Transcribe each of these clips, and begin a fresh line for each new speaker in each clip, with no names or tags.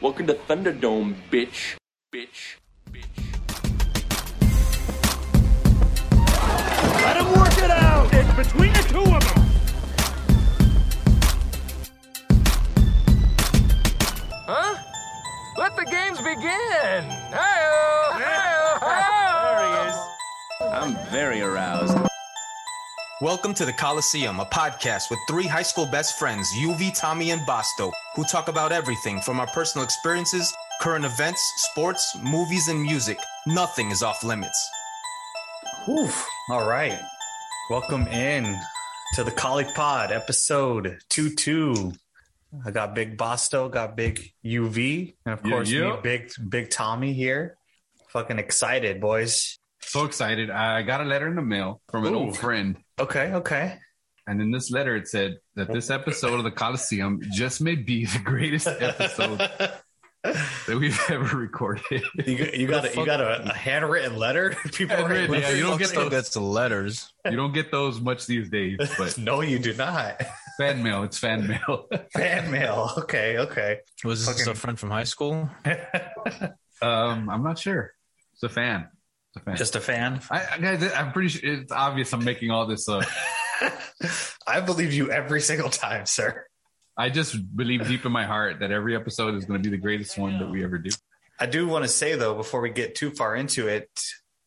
Welcome to Thunderdome, bitch. Bitch. Bitch.
Let him work it out. It's between the two of them.
Huh? Let the games begin! Hi-oh! Hi-oh! Hi-oh!
I'm very aroused.
Welcome to the Coliseum, a podcast with three high school best friends, UV, Tommy, and Bosto, who talk about everything from our personal experiences, current events, sports, movies, and music. Nothing is off limits.
Oof. All right. Welcome in to the Colic Pod, episode 2 2. I got Big Bosto, got Big UV, and of
Yeah,
course,
yeah.
me, Big Big Tommy here. Fucking excited, boys.
So excited. I got a letter in the mail from an old friend.
Okay, okay.
And in this letter, it said that this episode of the Coliseum just may be the greatest episode that we've ever recorded.
You, got- you got a, you got a, a handwritten letter. People are
Handwritten, yeah, you don't get
Fuck
those.
That's the letters.
You don't get those much these days, but
No, you do not.
fan mail. It's fan mail.
Fan mail. Okay, okay.
Was this
Fucking-
a friend from high school?
Um, I'm not sure. It's a fan. It's a fan.
Just a fan.
I, I, guys, I'm pretty sure it's obvious I'm making all this up.
I believe you every single time, sir.
I just believe deep in my heart that every episode is going to be the greatest one that we ever do.
I do want to say though, before we get too far into it,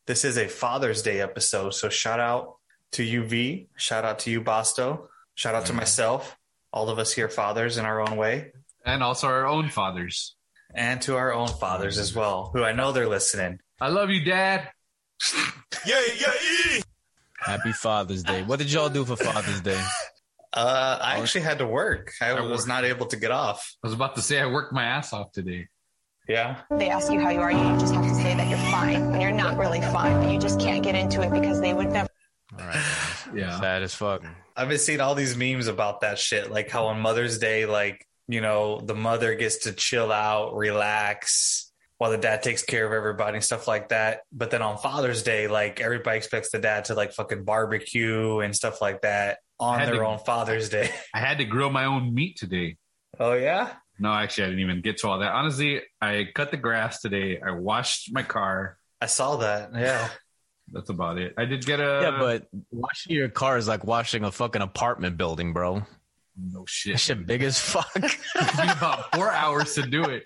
this is a Father's Day episode. So shout out to you, V. Shout out to you, Bosto. Shout
Mm-hmm.
out to myself. All of us here, fathers in our own way,
And also our own fathers.
and to our own fathers as well, who I know they're listening.
I love you, Dad.
Happy Father's Day. What did y'all do for Father's Day? Oh,
Uh, I actually had to work. I,
I
was
work.
not able to get off.
I was about to say I worked my ass off today.
Yeah.
They ask you how you are, you just have to say that you're fine when you're not really fine. You just can't get into it because they would never.
All right.
Yeah.
Sad as fuck.
I've been seeing all these memes about that shit, like how on Mother's Day, like, you know, the mother gets to chill out, relax while the dad takes care of everybody and stuff like that. But then on Father's Day, like everybody expects the dad to like fucking barbecue and stuff like that on
Had
their
to-
own Father's Day.
I had to grill my own meat today.
oh yeah?
No, actually, I didn't even get to all that. Honestly, I cut the grass today. I washed my car.
I saw that. Yeah.
That's about it. I did get a.
Yeah, but washing your car is like washing a fucking apartment building, bro.
no
That
shit.
shit big as fuck.
It took me about four hours to do it.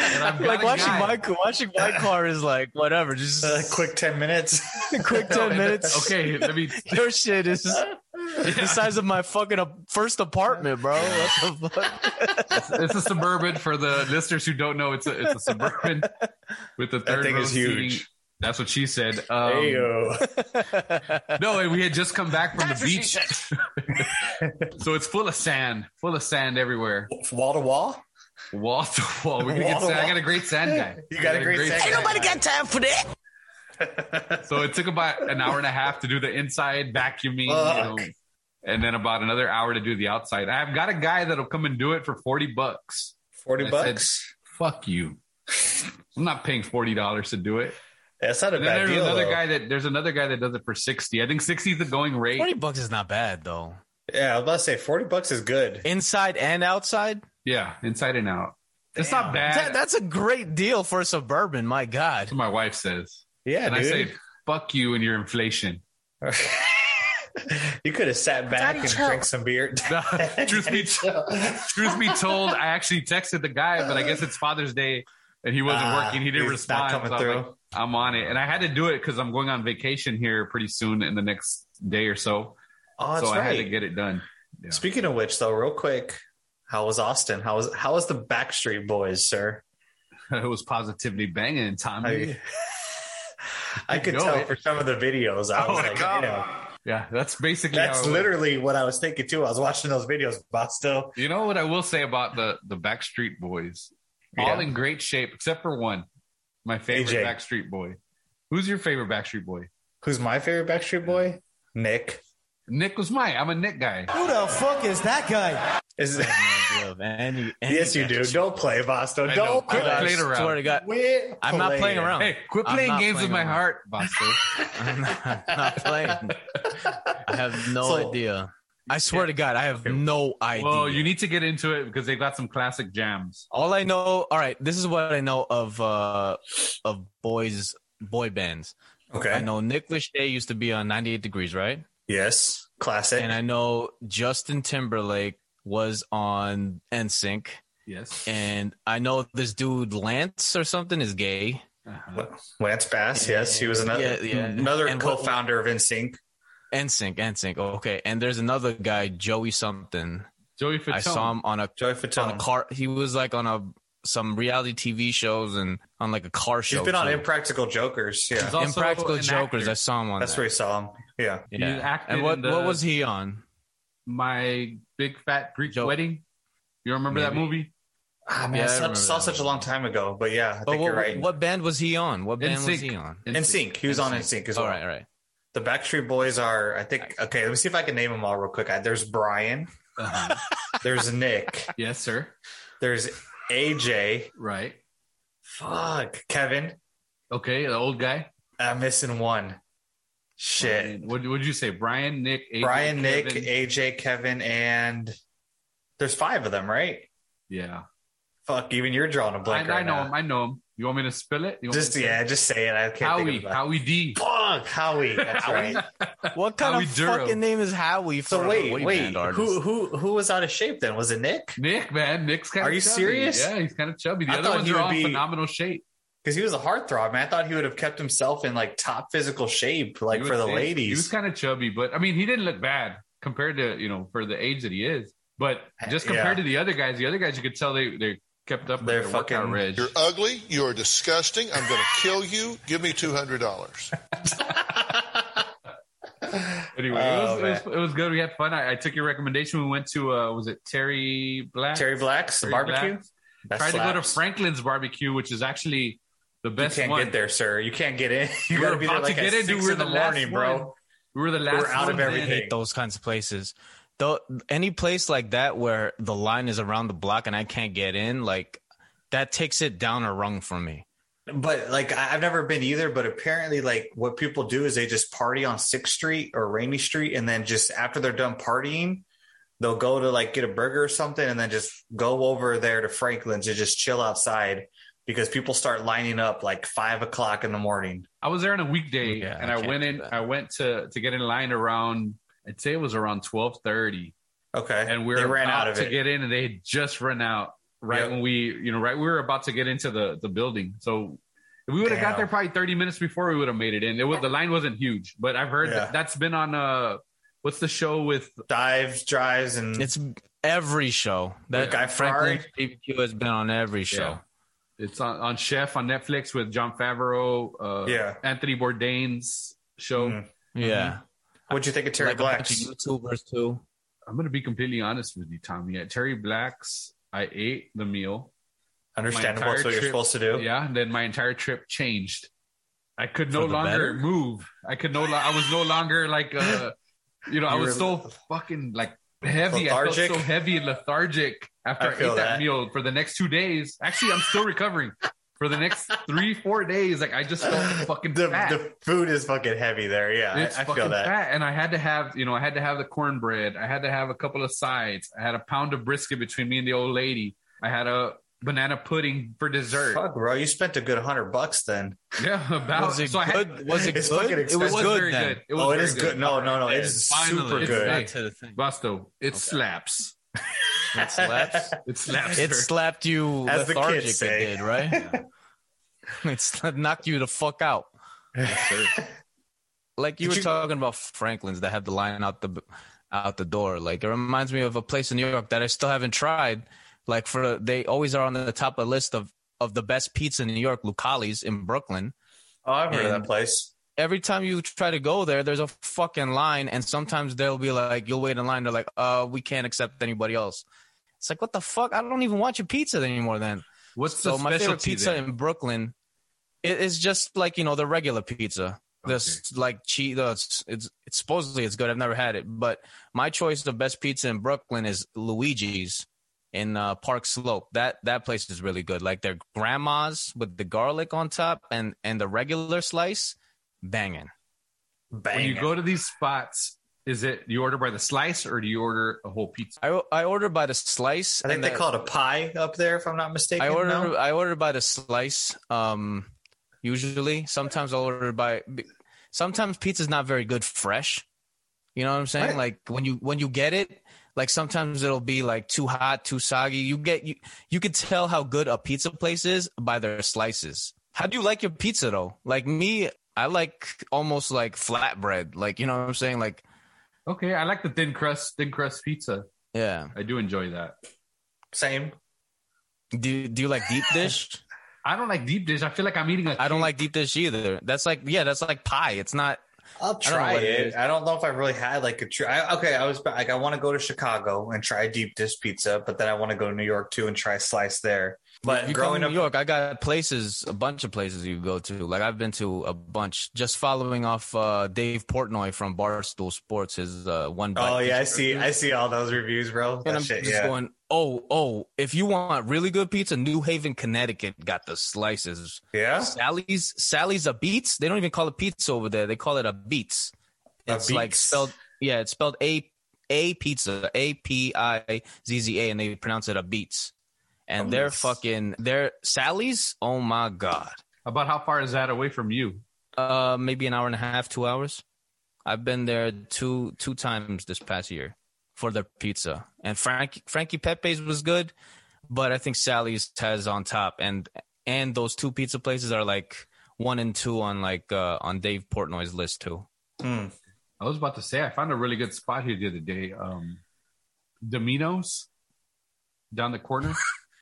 And I've got
like
a
washing
guy.
my washing my car is like whatever. Just
A Uh, quick 10 minutes. Um,
quick ten minutes.
Uh, Okay, let me.
Your shit is the size of my fucking ap- first apartment, bro. What the fuck?
It's a suburban for the listeners who don't know. It's a it's a suburban with the third
thing
row
is huge.
seating. That's what she said. Um,
Ayo.
No, and we had just come back from the beach, so it's full of sand, full of sand everywhere.
Wall to wall?
Wall to wall. We're gonna
Wall
get
to
sand. I
wall.
got a great sand guy.
You
I
got a great sand guy. Ain't nobody
got time for that. so it took about an hour and a half to do the inside vacuuming, you know,
Fuck.
and then about another hour to do the outside. I've got a guy that'll come and do it for forty bucks.
40
I said,
bucks.
Fuck you. I'm not paying forty dollars to do it.
That's not a
And then
bad
there's
deal.
another
though.
guy that there's another guy that does it for sixty. I think sixty is the going rate.
Twenty bucks is not bad though.
Yeah, I was about to say 40 bucks is good.
Inside and outside.
Yeah, inside and out. It's
Damn.
not bad.
That, that's a great deal for a suburban. My God.
That's what my wife says.
Yeah,
and
dude.
I say, fuck you and your inflation.
you could have sat back and drank some beer. Oh,
truth, be truth be told, I actually texted the guy, but I guess it's Father's Day and he wasn't
Ah,
working. He didn't
he's not
respond.
coming
So I'm,
through.
like, I'm on it. And I had to do it because I'm going on vacation here pretty soon in the next day or so.
Oh, that's
so I
right.
had to get it done. Yeah.
Speaking of which, though, real quick, how was Austin? How was how was the Backstreet Boys, sir?
it was positively banging, Tommy.
I, I could
No. Oh
tell from some of the videos. I was
my
like,
God.
damn.
yeah, that's basically
that's
how it was.
literally what I was thinking too. I was watching those videos, but still,
You know what I will say about the the Backstreet Boys?
Yeah.
All in great shape except for one. My favorite
AJ.
Backstreet Boy. Who's your favorite Backstreet Boy?
who's my favorite Backstreet Boy? Nick.
Nick was mine. I'm a Nick guy.
Who the fuck is that guy?
Is
Any, any
yes, you do. Don't play Boston.
I know.
Don't
Quit
play.
playing around.
Swear to God.
Quit
I'm not playing around.
Hey, quit
I'm
playing
not
games
playing
with my
around.
heart, Bosco.
I'm not, I'm not playing. I have no
So-
idea. I swear to God, I have no idea.
Well, you need to get into it because they've got some classic jams.
All I know, all right, this is what I know of uh of boys boy bands.
Okay.
I know Nick Lachey used to be on 98 Degrees, right?
Yes. Classic.
And I know Justin Timberlake was on NSYNC.
Yes.
And I know this dude Lance or something is gay.
Uh-huh.
Lance Bass. Yes. He was another
Yeah, yeah.
another
And what-
co-founder of NSYNC.
NSYNC, NSYNC. Okay. And there's another guy, Joey something.
Joey Fatone.
I saw him on a
Joey
on a
Fatone.
car. He was like on a some reality TV shows and on like a car show.
He's been on
too.
Impractical Jokers. Yeah.
He's also
Impractical
an
Jokers.
actor.
I saw him on.
That's
that.
where he saw him. Yeah.
Yeah.
He acted
and what
in the-
what was he on?
My Big Fat Greek
Joe-
Wedding. You remember that
Maybe.
movie?
Ah, man,
Yeah, I
I saw,
remember
saw
that
such a long time ago, but yeah, I think
But what,
you're right.
what band was he on? What band was
NSYNC.
he on?
In sync, he was on in sync as well.
All right, all right.
The Backstreet Boys are, I think. Okay, let me see if I can name them all real quick. I, there's Brian,
Uh-huh.
there's Nick,
yes, sir.
there's AJ,
Right.
fuck Kevin.
Okay, the old guy.
I'm missing one. Shit,
And What would you say? Brian, Nick, AJ,
Brian, Nick,
Kevin.
AJ, Kevin, and there's five of them, right?
yeah.
Fuck, even you're drawing a blank
I, I
right
know
now.
him. I know him. You want me to spill it? You want me
just
to say
yeah,
it?
just say it. I can't
Howie.
think of it.
Howie D.
Fuck, Howie. That's right.
What kind
Howie
of
Durham.
fucking name is Howie? For
So
a
wait,
boy
wait,
band artist?
who who who was out of shape then? Was it Nick?
Nick, man. Nick's kind of
Are you serious?
Yeah, he's kind of chubby. The
I
other
thought
ones
he
are
would
all in
be-
phenomenal shape.
Because he was a heartthrob, man. I thought he would have kept himself in like top physical shape, like
You
for
would
the
think. He was
ladies.
kind of chubby, but I mean, he didn't look bad compared to you know for the age that he is. But just compared
Eh, Yeah.
to the other guys, the other guys you could tell they they kept up with
They're
their workout
fucking-
reg.
You're ugly. You are disgusting. I'm going to kill you. Give me two hundred dollars.
Anyway,
Oh,
it, was, it was it was good. We had fun. I, I took your recommendation. We went to uh was it Terry Black?
Terry Black's
Terry
barbecue.
Black.
That
Tried to go to
slaps.
Franklin's barbecue, which is actually the
You
best
can't
one.
get there, sir. You can't get in. You
We
gotta
were
be there
about
like
to
at
get in, dude.
six
We were
in the,
the last
morning, bro.
one. We were the last.
We're out of
ones in.
I
everything.
hate those kinds of places. Though any place like that where the line is around the block and I can't get in, like that takes it down a rung for me.
But like, I- I've never been either. But apparently, like, what people do is they just party on Sixth Street or Rainy Street, and then just after they're done partying, they'll go to like get a burger or something, and then just go over there to Franklin's to just chill outside because people start lining up like five o'clock in the morning.
I was there on a weekday,
Yeah,
and
I
I,
can't
went
do
in.
that.
I went to to get in line around. I'd say it was around twelve thirty,
Okay,
and we were
they ran out
about
of
to
it.
get in, and they had just run out right
Yep.
when we, you know, right we were about to get into the the building. So if we would have got
Damn.
there probably thirty minutes before we would have made it in. It was the line wasn't huge, but I've heard
Yeah.
that that's been on uh what's the show with
Dive drives and
It's every show. That
Mm. Guy Ferrari?
Franklin's BBQ has been on every show.
Yeah. It's on, on Chef on Netflix with John Favreau, uh,
Yeah.
Anthony Bourdain's show.
Mhm.
Yeah.
What'd you think of Terry
like a bunch
Black's?
of YouTubers too.
I'm gonna be completely honest with you, Tommy. At Terry Black's, I ate the meal.
Understandable,
my
that's what
entire
you're
trip-
supposed to do.
Yeah, and then my entire trip changed. I could no
For the
longer
better?
move. I could no. Lo- I was no longer like, uh, you know, I
You
was
were-
so fucking like heavy. I
Lethargic?
felt so heavy and lethargic after
I
I, ate
feel
that.
that.
meal for the next two days. Actually, I'm still recovering for the next three, four days. Like I just felt fucking
The,
fat.
the food is fucking heavy there. Yeah,
It's
I, I feel
fucking
that.
fat. And I had to have, you know, I had to have the cornbread. I had to have a couple of sides. I had a pound of brisket between me and the old lady. I had a banana pudding for dessert.
Fuck, bro, you spent a good hundred bucks then.
Yeah, about
Was it
so I had-
good? Was it
It's
good?
fucking
It was
expensive.
good then.
It was
oh, it
very
is good. No, no, no, it is
Finally,
super
it's
good.
back.
Back to the thing.
Busto, it slaps.
It slaps.
It slaps.
It
her.
slapped you
As the kids
lethargic. It
say.
did right. it slapped- knocked you the fuck out. like you
Did
were
you-
talking about Franklin's that have the line out the out the door. Like it reminds me of a place in New York that I still haven't tried. Like for they always are on the top of the list of of the best pizza in New York, Lucali's in Brooklyn.
Oh, I've heard of
And-
that place.
Every time you try to go there, there's a fucking line, and sometimes they'll be like, "You'll wait in line." They're like, "Uh, we can't accept anybody else." It's like, what the fuck? I don't even want your pizza anymore. Then
What's
so
the
my favorite
specialty
pizza
there?
in Brooklyn, it is just like you know the regular pizza. This like cheese. It's, it's it's supposedly it's good. I've never had it, but my choice of best pizza in Brooklyn is Luigi's in uh, Park Slope. That that place is really good. Like their grandmas with the garlic on top and and the regular slice, banging.
When
Bang.
you go to these spots, Is it you order by the slice or do you order a whole pizza?
I I order by the slice.
I think
and
they
the-
call it a pie up there, if I'm not mistaken.
I order
no?
I order by the slice. Um, usually, sometimes I order by. b- Sometimes pizza's not very good fresh. You know what I'm saying?
Right.
Like when you when you get it, like sometimes it'll be like too hot, too soggy. You get you you could tell how good a pizza place is by their slices. How do you like your pizza though? Like me, I like almost like flatbread. Like you know what I'm saying? Like
Okay, I like the thin crust, thin crust pizza.
yeah.
I do enjoy that.
Same.
Do you- do you like deep dish?
I don't like deep dish. I feel like I'm eating a
I don't like deep dish either. That's like yeah, that's like pie. It's not
I'll
I don't know
try
what it
it.
is.
I don't know if I really had like a true. I, okay, I was like, I want to go to Chicago and try deep dish pizza, but then I want to go to New York too and try slice there. But
you
Uh,
come
growing
to
up,
New York, I got places, a bunch of places you go to. Like I've been to a bunch. Just following off uh, Dave Portnoy from Barstool Sports, his uh, one. Bite
oh yeah, I
pizza
see,
review.
I see all those reviews, bro.
and
That
I'm
shit,
just
yeah.
going, oh, oh! If you want really good pizza, New Haven, Connecticut got the slices.
yeah,
Sally's, Sally's a beats. They don't even call it pizza over there. They call it a beats.
A
It's like
Beats.
spelled, yeah, it's spelled a a pizza, a p i z z a, and they pronounce it a beats. And they're fucking, they're Sally's. Oh my god.
about how far is that away from you?
Uh, maybe an hour and a half, two hours. I've been there two two times this past year for their pizza. And Frank Frankie Pepe's was good, but I think Sally's has on top. And and those two pizza places are like one and two on like uh on Dave Portnoy's list too.
Hmm.
I was about to say I found a really good spot here the other day. Um Domino's down the corner.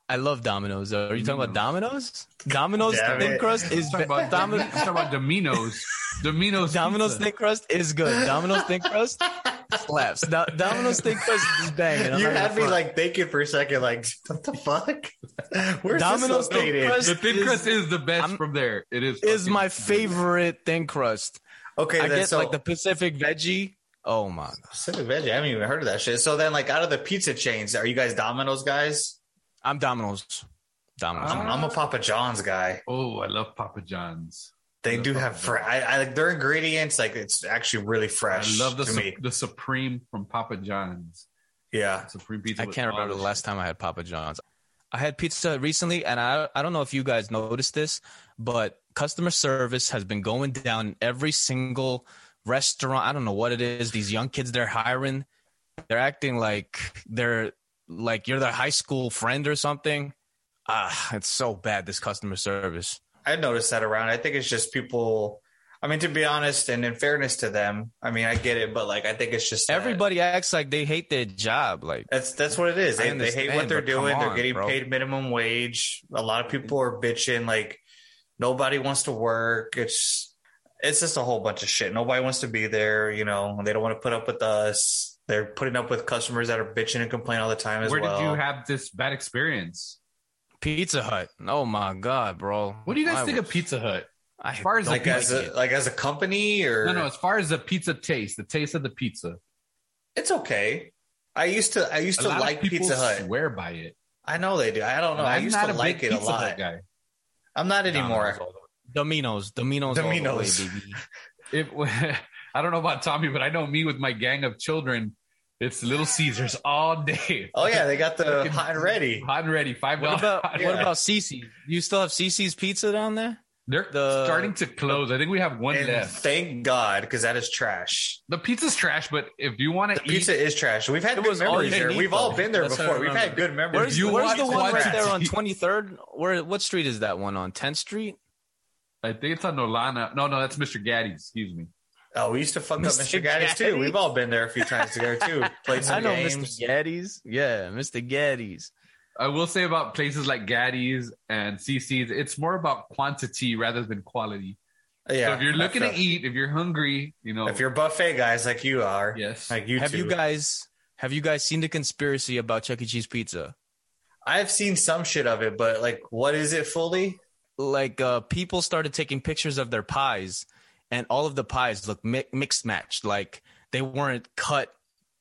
I love Domino's. Are you talking about Domino's? Domino's
Mm-hmm. Damn
thin
it.
crust is
Talk about Domino's. Talk about Domino's. Domino's.
Domino's
pizza.
thin crust is good. Domino's thin crust slaps. Do- Domino's thin crust is banging. I'm
You
not gonna
had me
front.
like thinking for a second, like what the fuck? Where's
Domino's
Domino's this
thin
located?
crust
The thin
is-
crust is the best
I'm-
from there. It is.
is
fucking-
my favorite thin crust.
Okay,
I
then
get
so
like the Pacific veggie. Oh my! God.
Pacific Veggie. I haven't even heard of that shit. So then, like out of the pizza chains, are you guys Domino's guys?
I'm Domino's. Domino's.
I'm, I'm a Papa John's guy.
Oh, I love Papa John's.
They
Yeah,
do
Papa
have fr- I, I like their ingredients. Like it's actually really
I
fresh.
love the
to
su-
me.
the supreme from Papa John's.
Yeah,
Supreme pizza.
I
with
can't
all
remember the
this
last time I had Papa John's. I had pizza recently, and I I don't know if you guys noticed this, but customer service has been going down in every single restaurant. I don't know what it is. These young kids they're hiring, they're acting like they're like you're their high school friend or something. Ah, it's so bad. This customer service.
I noticed that around. I think it's just people. I mean, to be honest, and in fairness to them, I mean, I get it, but like, I think it's just that-
Everybody acts like they hate their job. Like
That's that's what it is.
I
They, they hate what
understand, but
they're
come
doing. they're
on,
getting
bro.
paid minimum wage. A lot of people are bitching. Like nobody wants to work. It's it's just a whole bunch of shit. Nobody wants to be there. You know, they don't want to put up with us. They're putting up with customers that are bitching and complain all the time as
Where
well.
did you have this bad experience?
Pizza Hut. Oh my god, bro.
What do you guys
I
think
was-
of Pizza Hut?
I
As far as
like
the
as a,
pizza,
like as a company or
no, no, as far as the pizza taste, the taste of the pizza.
it's okay. I used to I used
A
to
lot
like
of people
Pizza Hut.
swear by it.
I know they do. I don't know. i
I'm
used
not
to
a
like
big
it a
Pizza Hut
lot.
guy.
I'm not anymore.
Domino's all the way. Domino's, Domino's, Domino's.
Domino's.
All the way, baby.
If, I don't know about Tommy, but I know me with my gang of children. It's Little Caesars all day.
Oh yeah, they got the
Fucking-
hot and ready.
hot and ready. Five
What
dollars.
about
hot and
what
ready.
about Cece's? You still have Cece's pizza down there?
They're
the-
starting to close. I think we have one
And
left.
thank God, because that is trash.
The pizza's trash, but if you want
The
to eat,
pizza is trash. We've had
It
good
was all
memories
you
there.
need,
We've all
though.
been there
That's how I
before. We've had
remember.
good memories.
Where's,
you
where's
want
the one right
quantity-
there on 23rd? Where what street is that one on? 10th Street?
I think it's on Nolana. No, no, that's Mr. Gaddy. Excuse me.
Oh, we used to fuck up
Mr.
Mr. Gaddis too.
Gaddy's?
We've all been there a few times together too. Played some
I know
games.
Mr. Gaddy's. Yeah, Mr. Gaddy's.
I will say about places like Gaddy's and CC's, it's more about quantity rather than quality.
Yeah.
so if you're looking
I
to
felt-
eat, if you're hungry, you know,
if you're buffet guys like you are,
yes,
like you
Have
two,
you guys have you guys seen the conspiracy about Chuck E. Cheese pizza?
I've seen some shit of it, but like, what is it fully?
like uh, people started taking pictures of their pies, and all of the pies look mi- mixed matched. Like they weren't cut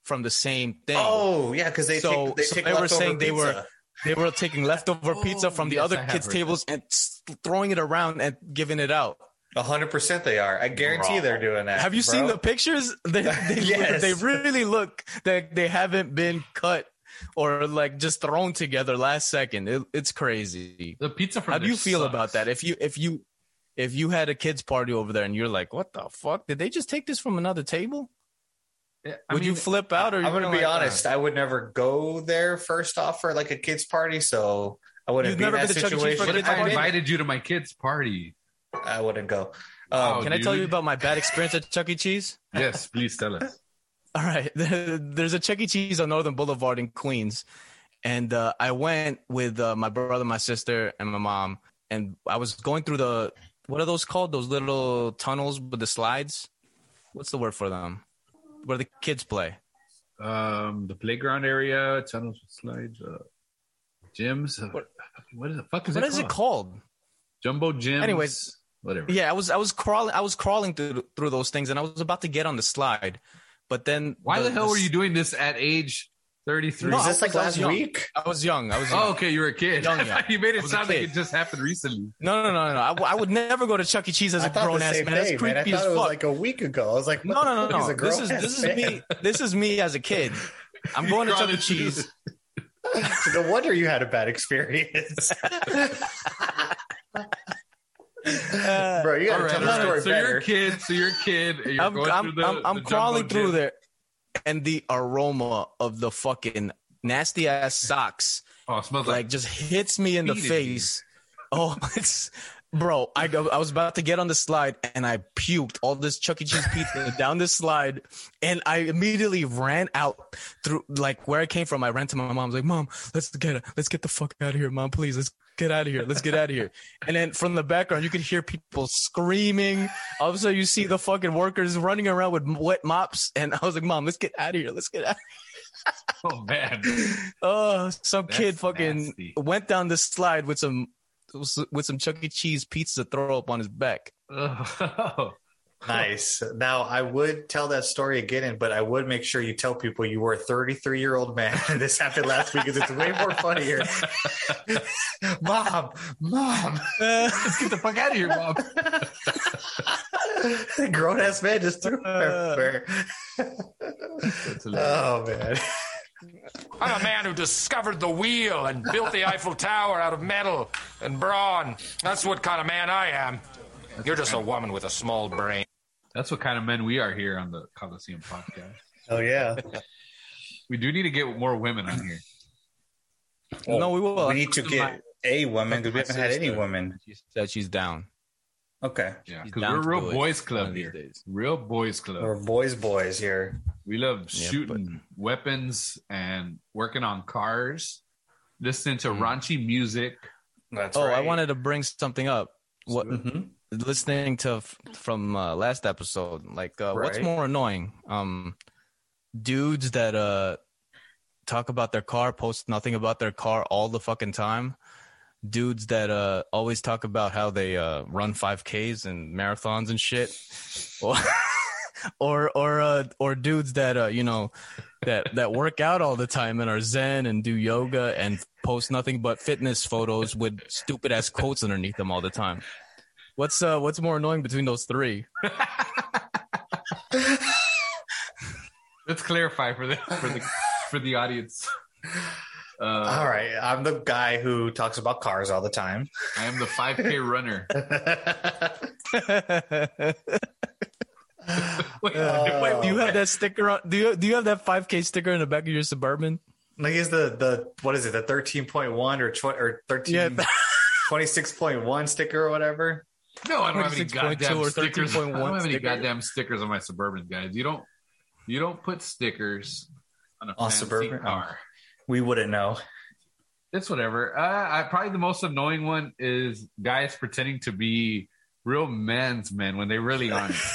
from the same thing.
Oh yeah, because they
So-
take, they
so
take
they were
leftover
saying they
pizza.
were- They were taking leftover pizza from the
Oh, yes, I
other
have
kids'
heard
tables and s- throwing it around and giving it out.
hundred percent they are. I guarantee they're doing that.
Have you seen
bro.
the pictures? They they,
Yes.
they really look like they haven't been cut or like just thrown together last second. It, it's crazy.
The pizza from
How do
there
you feel
sucks.
about that? If you if you if you had a kids party over there and you're like, what the fuck? Did they just take this from another table?
Yeah, I
Would you
mean,
flip out or?
I'm
you're
gonna be
like, uh,
honest. I would never go there first off for like a kids party, so I wouldn't
You've
be in
never
that
been to Chuck E. Cheese for
situation.
a
What if
kids'
I,
I
party?
didn't-
invited you to my kids' party?
I wouldn't go.
Oh,
Um,
Can I tell
dude.
you about my bad experience at Chuck E. Cheese?
Yes, please tell us.
All right. There's a Chuck E. Cheese on Northern Boulevard in Queens. And uh, I went with uh, my brother, my sister, and my mom. And I was going through the, what are those called? Those little tunnels with the slides? What's the word for them? Where the kids play.
Um, the playground area, tunnels with slides, uh, gyms. uh, what is the fuck is
What
it
is
called?
it called?
Jumbo gyms.
Anyways.
whatever.
Yeah, I was I was crawling I was crawling through through those things and I was about to get on the slide. But then
Why the, hell were you doing this at age 33?
No,
was
I
this like
was- I was
last
young.
week?
I was young. I was young.
Oh, okay, you were a kid.
Young, young.
you made
I
it
was a
sound like
kid.
it just happened recently.
No, no, no, no, no. I, w- I would never go to Chuck E. Cheese as
I
a
thought
grown
the
ass
same
man. That's
thing, man. I
creepy
thought
as
it was
fuck.
like a week ago. I was like,
No, no, no, no.
A
This is this is me. This is me as a kid. I'm going to Chuck E. Cheese.
no wonder you had a bad experience,
Uh,
bro. You
All
gotta
right,
tell
all
the story
right. So you're a
better.
kid. So you're a kid. and You're
I'm,
going
I'm,
through the,
I'm, I'm
the
crawling
jumbo
through
gym.
there, and the aroma of the fucking nasty ass socks
Oh, it smells
like
like,
just hits me in the
Feet in
face. Oh, it's bro. I go, I was about to get on the slide and I puked all this Chuck E. Cheese pizza down this slide, and I immediately ran out through like where I came from. I ran to my mom. I was like, "Mom, let's get it. Let's get the fuck out of here, mom. Please, let's." Get out of here. Let's get out of here. And then from the background, you could hear people screaming. Also, you see the fucking workers running around with wet mops. And I was like, Mom, let's get out of here. Let's get out.
oh man.
Oh, some
That's
kid fucking
nasty.
went down the slide with some with some Chuck E. Cheese pizza throw up on his back.
Ugh.
Nice. Now I would tell that story again, but I would make sure you tell people you were a 33 year old man. this happened last week because it's way more funnier. mom, mom,
Uh.
Let's get the fuck out of here, mom.
grown ass man just
Uh,
threw everywhere.
That's hilarious.
Oh man,
I'm a man who discovered the wheel and built the Eiffel Tower out of metal and brawn. That's what kind of man I am. You're just a woman with a small brain.
That's what kind of men we are here on the Coliseum podcast.
oh yeah.
We do need to get more women on here.
no, Oh, we will.
We need to get a woman because we haven't had any women.
She said she's down.
Okay,
Yeah,
She's
because
down
we're a
to
real
do it
boys
one
club
of these
here.
days.
Real boys
we're
club.
boys, boys here.
We love
Yeah,
shooting weapons and working on cars, listening to
Hmm.
raunchy music.
That's
Oh,
right.
I wanted to bring something up. What
Mhm.
listening to f- from uh, last episode? Like, uh, what's
Right.
more annoying? Um, dudes that uh talk about their car, post nothing about their car all the fucking time. Dudes that uh always talk about how they uh run 5Ks and marathons and shit. Or or or uh, or dudes that uh you know that that work out all the time and are zen and do yoga and post nothing but fitness photos with stupid ass quotes underneath them all the time. What's uh what's more annoying between those three?
Let's clarify for the for the for the audience. Uh,
All right, I'm the guy who talks about cars all the time.
I am the 5K runner. Wait,
Wait, do you have that sticker on? Do you do you have that 5K sticker in the back of your suburban?
Like is the the what is it the thirteen point one or tw- or
Yeah.
thirteen twenty six point one sticker or whatever?
No, I don't have any
26.2
goddamn
or
stickers. I
13.1
don't have any
sticker.
goddamn stickers on my Suburban, guys. You don't. You don't put stickers on a
On
fancy
Suburban?
car.
We wouldn't know.
It's whatever. Uh, I probably the most annoying one is guys pretending to be real men's men when they really aren't. so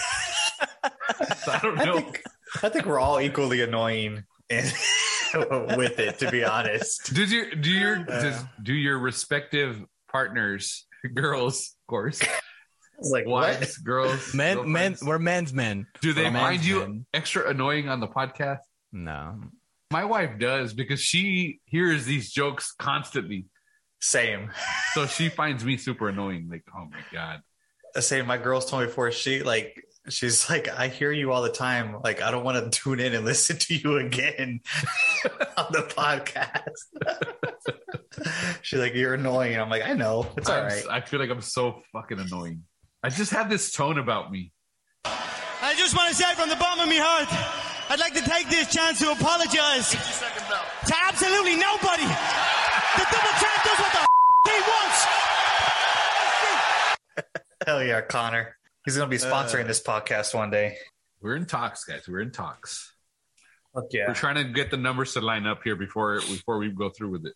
I don't
I
know.
think I think we're all equally annoying and with it. To be honest,
Did you do your does, do your respective partners, girls, of course,
it's like what?
wives, girls,
Men, men,
girlfriends,
we're men's men.
do they
we're
find
men's
you
men.
extra annoying on the podcast?
No,
My wife does because she hears these jokes constantly.
Same.
So she finds me super annoying. Like, oh my god,
saying my girl's told me before she like she's like I hear you all the time. Like I don't want to tune in and listen to you again on the podcast. she's like you're annoying. And I'm like I know it's all
I'm
right.
s- I feel like I'm so fucking annoying. I just have this tone about me.
I just want to say from the bottom of my heart, I'd like to take this chance to apologize to absolutely nobody. The double champ does what the f- he wants.
Hell yeah, Connor. He's
Uh,
gonna be sponsoring this podcast one day.
We're in talks, guys. We're in talks.
Fuck
We're
yeah.
trying to get the numbers to line up here before before we go through with it.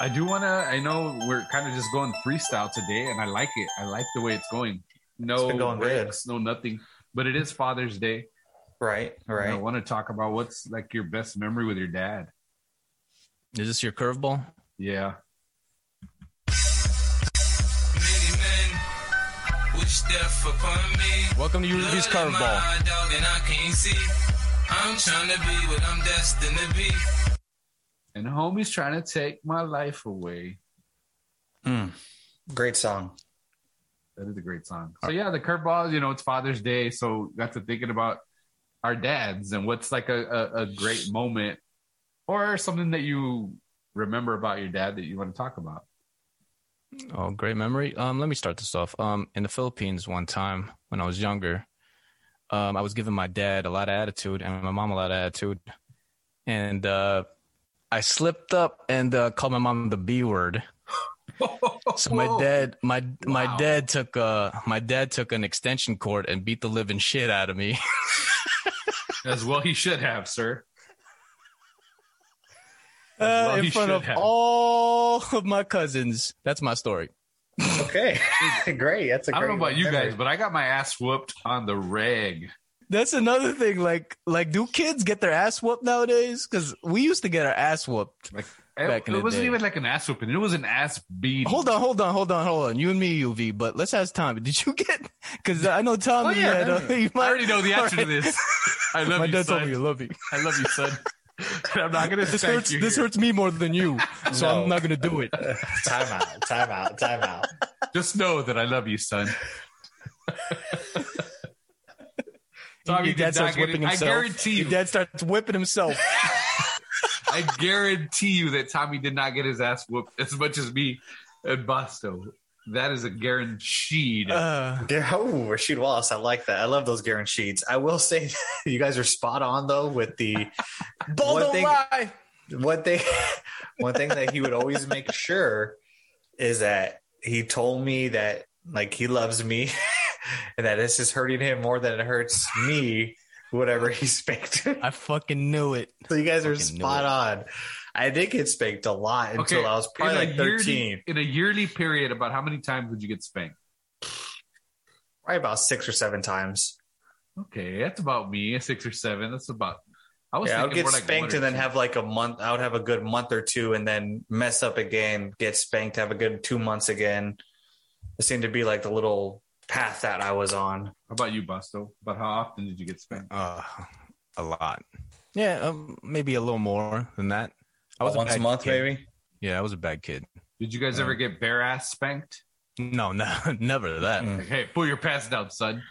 I do want to. I know we're kind of just going freestyle today, and I like it. I like the way it's going. No
been going
breaks, no nothing. But it is Father's Day.
Right.
and I
Right.
want to talk about what's like your best memory with your dad.
Is this your curveball?
Yeah.
Welcome to Yuzuki's curveball.
And homie's trying to take my life away.
Mm. Great song.
That is a great song. So yeah, the curveball. You know, it's Father's Day, so got to thinking about our dads and what's like a, a, a great moment or something that you remember about your dad that you want to talk about.
Oh, great memory. Um, let me start this off. Um, in the Philippines, one time when I was younger, um, I was giving my dad a lot of attitude and my mom a lot of attitude, and uh, I slipped up and uh, called my mom the B word. So my dad, my my dad took uh my dad took an extension cord and beat the living shit out of me.
As well, he should have, sir.
Uh,
well,
in
he
front
should
of
have.
all of my cousins. That's my story.
Okay. great. That's a great
I don't know about you
memory.
guys, but I got my ass whooped on the reg.
That's another thing. Like, like, do kids get their ass whooped nowadays? Because we used to get our ass whooped.
Like
Back
it,
in
it
the
wasn't
day.
even like an ass whooping; it was an ass beating.
Hold on, hold on, hold on, hold on. You and me, UV. But let's ask Tommy. Did you get? Because I know Tommy.
Oh, yeah,
had, uh, you
I
might-
already know the
All
answer to
right.
this. I love
My
you,
dad
son.
told me I love you.
I love you, son. And I'm not gonna
This
thank
hurts.
you.
This
here.
hurts me more than you. So
No.
I'm not gonna do it.
time out. Time out. Time out.
Just know that I love you, son. Tommy
Your
did
dad
not
starts
get
whipping
it. I
himself.
guarantee
Your
you.
dad starts whipping himself.
I guarantee you that Tommy did not get his ass whooped as much as me and Bosto. That is a guaranteed.
Uh,
Gar- Oh, Rasheed Wallace. I like that. I love those guarantees. I will say you guys are spot on though with the
Bull
One
don't
thing-
lie.
one thing one thing that he would always make sure is that he told me that like he loves me and that this is hurting him more than it hurts me, whatever he spanked.
I fucking knew it.
so you guys are
Fucking knew
spot on. I did get spanked a lot until I was probably
in a
like thirteen.
Yearly, in a yearly period, about how many times would you get spanked?
Probably about six or seven times.
Okay, that's about me, six or seven. That's about. I was
Yeah, I would
thinking
get
more like
spanked and
one or
then
two.
have like a month. I would have a good month or two and then mess up again, get spanked, have a good two months again. It seemed to be like the little path that I was on.
How about you, Bosto? About how often did you get spanked?
Uh, a lot. Yeah, um, maybe a little more than that. I was
once a
bad
month,
kid.
maybe.
Yeah, I was a bad kid.
Did you
Uh,
guys ever get bare ass spanked?
No, no, never that.
Mm.
Like, hey, pull your pants down, son.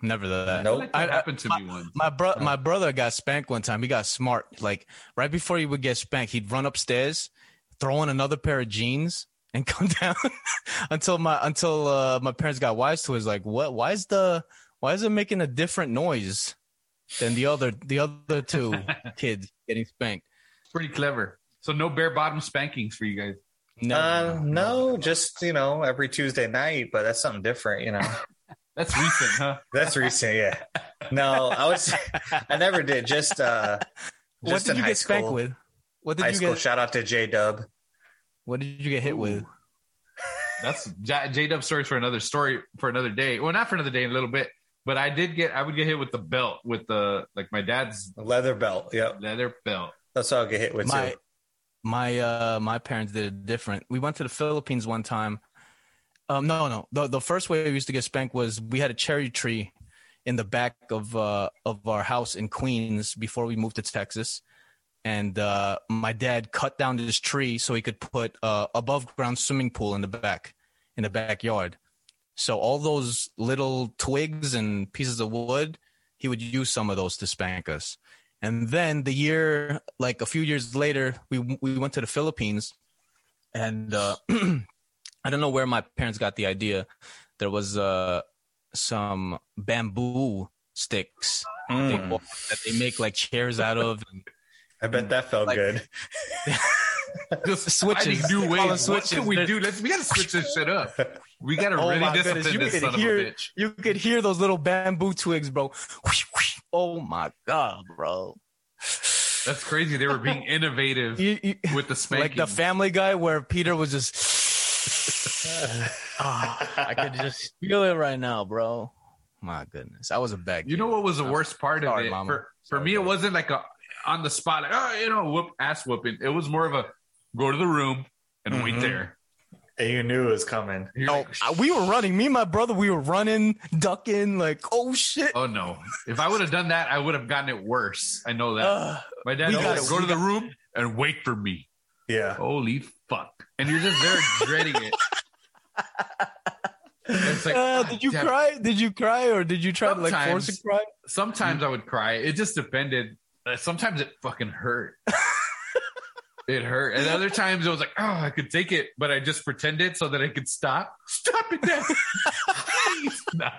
Never that.
Nope.
That
I- I-
happened to me once.
My bro, my brother got spanked one time. He got smart. Like right before he would get spanked, he'd run upstairs, throw on another pair of jeans, and come down until my until uh, my parents got wise to it. It's Like, what? Why is the why is it making a different noise than the other the other two kids getting spanked?
Pretty clever. So no bare bottom spankings for you guys.
Never,
Uh, no, just you know, every Tuesday night, but that's something different, you know.
That's recent, huh?
That's recent, yeah. No, I was, I never did. Just, uh,
what
just
did
in
you
high
get spanked
school.
with? What
High
did you
school.
get?
Shout out to J Dub.
What did you get hit with?
That's J Dub stories for another story for another day. Well, not for another day, in a little bit. But I did get. I would get hit with the belt with the like my dad's
Leather belt. Yep,
leather belt.
that's what I'll get hit with
my
too.
my uh my parents did it different. We went to the Philippines one time. Um no no the the first way we used to get spanked was we had a cherry tree in the back of uh of our house in Queens before we moved to Texas. and uh, my dad cut down this tree so he could put uh, above ground swimming pool in the back in the backyard. So all those little twigs and pieces of wood, he would use some of those to spank us. And then the year, like a few years later, we we went to the Philippines, and uh, I don't know where my parents got the idea. There was uh, some bamboo sticks they- that they make like chairs out of. and
Mm, I bet that felt good.
Just
Switches.
finding
They
new
call them
ways. What
switches.
can we
They're-
do? Let's we gotta switch this shit up. We gotta
Oh
really
my
discipline
goodness, you
this
could
son
hear,
of a bitch.
You could hear those little bamboo twigs, bro. Oh my god, bro.
That's crazy. They were being innovative
You- you-
with the
like
spanking.
the Family Guy where Peter was just. Ah, I could just feel it right now, bro. My goodness, I was a bad.
you know
kid.
what was the worst part
Sorry,
of it?
Mama.
For, for me, it wasn't like a on the spot, like, oh, you know, whoop ass whooping. It was more of a go to the room and wait
Mhm.
there.
And you knew it was coming.
You're
Mm-hmm. Oh,
like,
I- we were running. Me and my brother, we were running, ducking, like, oh shit.
oh no. If I would have done that, I would have gotten it worse. I know that.
Uh,
My dad
we
always
got
said,
it.
go
We
to the room and wait for me.
Yeah.
Holy fuck. And you're just there dreading it. It's like,
uh,
God
did you
damn it.
cry? Did you cry, or did you try to like force
Sometimes.
a cry?
Sometimes I would cry. It just depended. Uh, Sometimes it fucking hurt. it hurt. And other times it was like, oh, I could take it, but I just pretended so that I could stop. Stop it now. Please. Nah.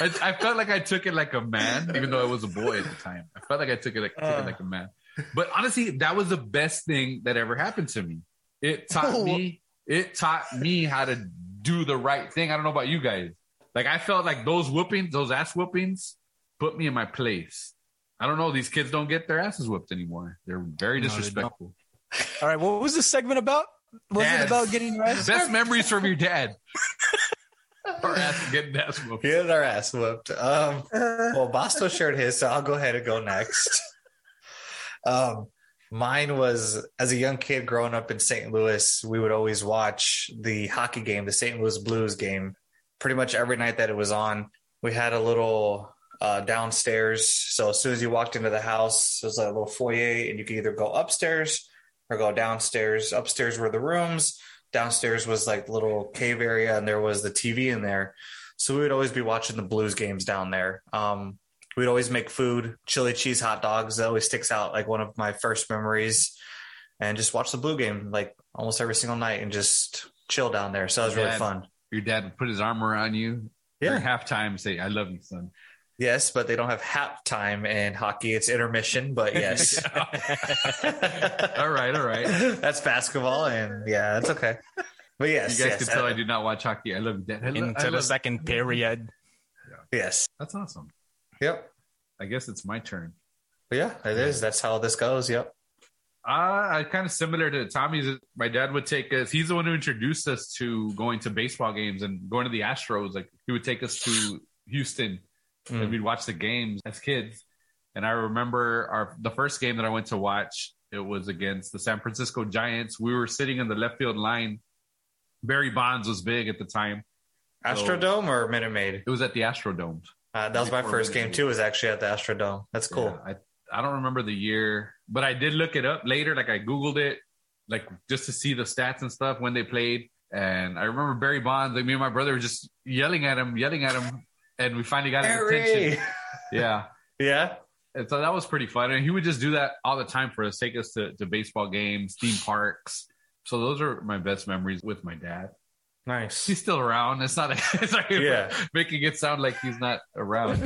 I, I felt like I took it like a man, even though I was a boy at the time. I felt like I took it like,
Uh.
took it like a man. But honestly, that was the best thing that ever happened to me. It taught me. It taught me how to do the right thing. I don't know about you guys. Like I felt like those whoopings, those ass whoopings, put me in my place. I don't know. These kids don't get their asses whooped anymore. They're very
No, they
disrespectful.
All right, what was the segment about? Was
Yes.
it about getting your ass?
Best memories from your dad. or ass getting ass whooped.
Getting our ass whooped. Um, well, Basto shared his, so I'll go ahead and go next. Um, mine was as a young kid growing up in St. Louis, we would always watch the hockey game, the St. Louis Blues game, pretty much every night that it was on. We had a little uh, downstairs. So as soon as you walked into the house, there's a little foyer, and you could either go upstairs or go downstairs. Upstairs were the rooms. Downstairs was like little cave area, and there was the TV in there. So we would always be watching the Blues games down there. Um, we'd always make food, chili cheese hot dogs. That always sticks out like one of my first memories. And just watch the Blue game like almost every single night and just chill down there. So it was really
Yeah.
fun.
Your dad would put his arm around you.
Yeah.
during halftime, say, "I love you, son."
Yes, but they don't have half time in hockey. It's intermission, but yes.
All right, all right.
that's basketball, and yeah, that's okay. But yes,
you guys
yes,
can tell I,
I-
do not watch hockey. I love you, dad. I lo- I
Into the
love-
second period.
yes,
That's awesome.
yep,
I guess it's my turn.
yeah, it is. That's how this goes. Yep.
Uh, I kind of similar to Tommy's. My dad would take us. He's the one who introduced us to going to baseball games and going to the Astros. Like he would take us to Houston and
Mm.
we'd watch the games as kids. And I remember our the first game that I went to watch. It was against the San Francisco Giants. We were sitting in the left field line. Barry Bonds was big at the time.
Astrodome or Minute Maid?
It was at the Astrodome.
Uh, that was my
Before
first
Minute
game
Maid.
too. Was actually at the Astrodome. That's cool.
Yeah, I I don't remember the year, but I did look it up later. Like I googled it, like just to see the stats and stuff when they played. And I remember Barry Bonds. Like me and my brother were just yelling at him, yelling at him, and we finally got his attention. Yeah,
Yeah.
and so that was pretty fun. And he would just do that all the time for us, take us to, to baseball games, theme parks. So those are my best memories with my dad.
Nice.
He's still around. It's not like, it's like
Yeah.
making it sound like he's not around.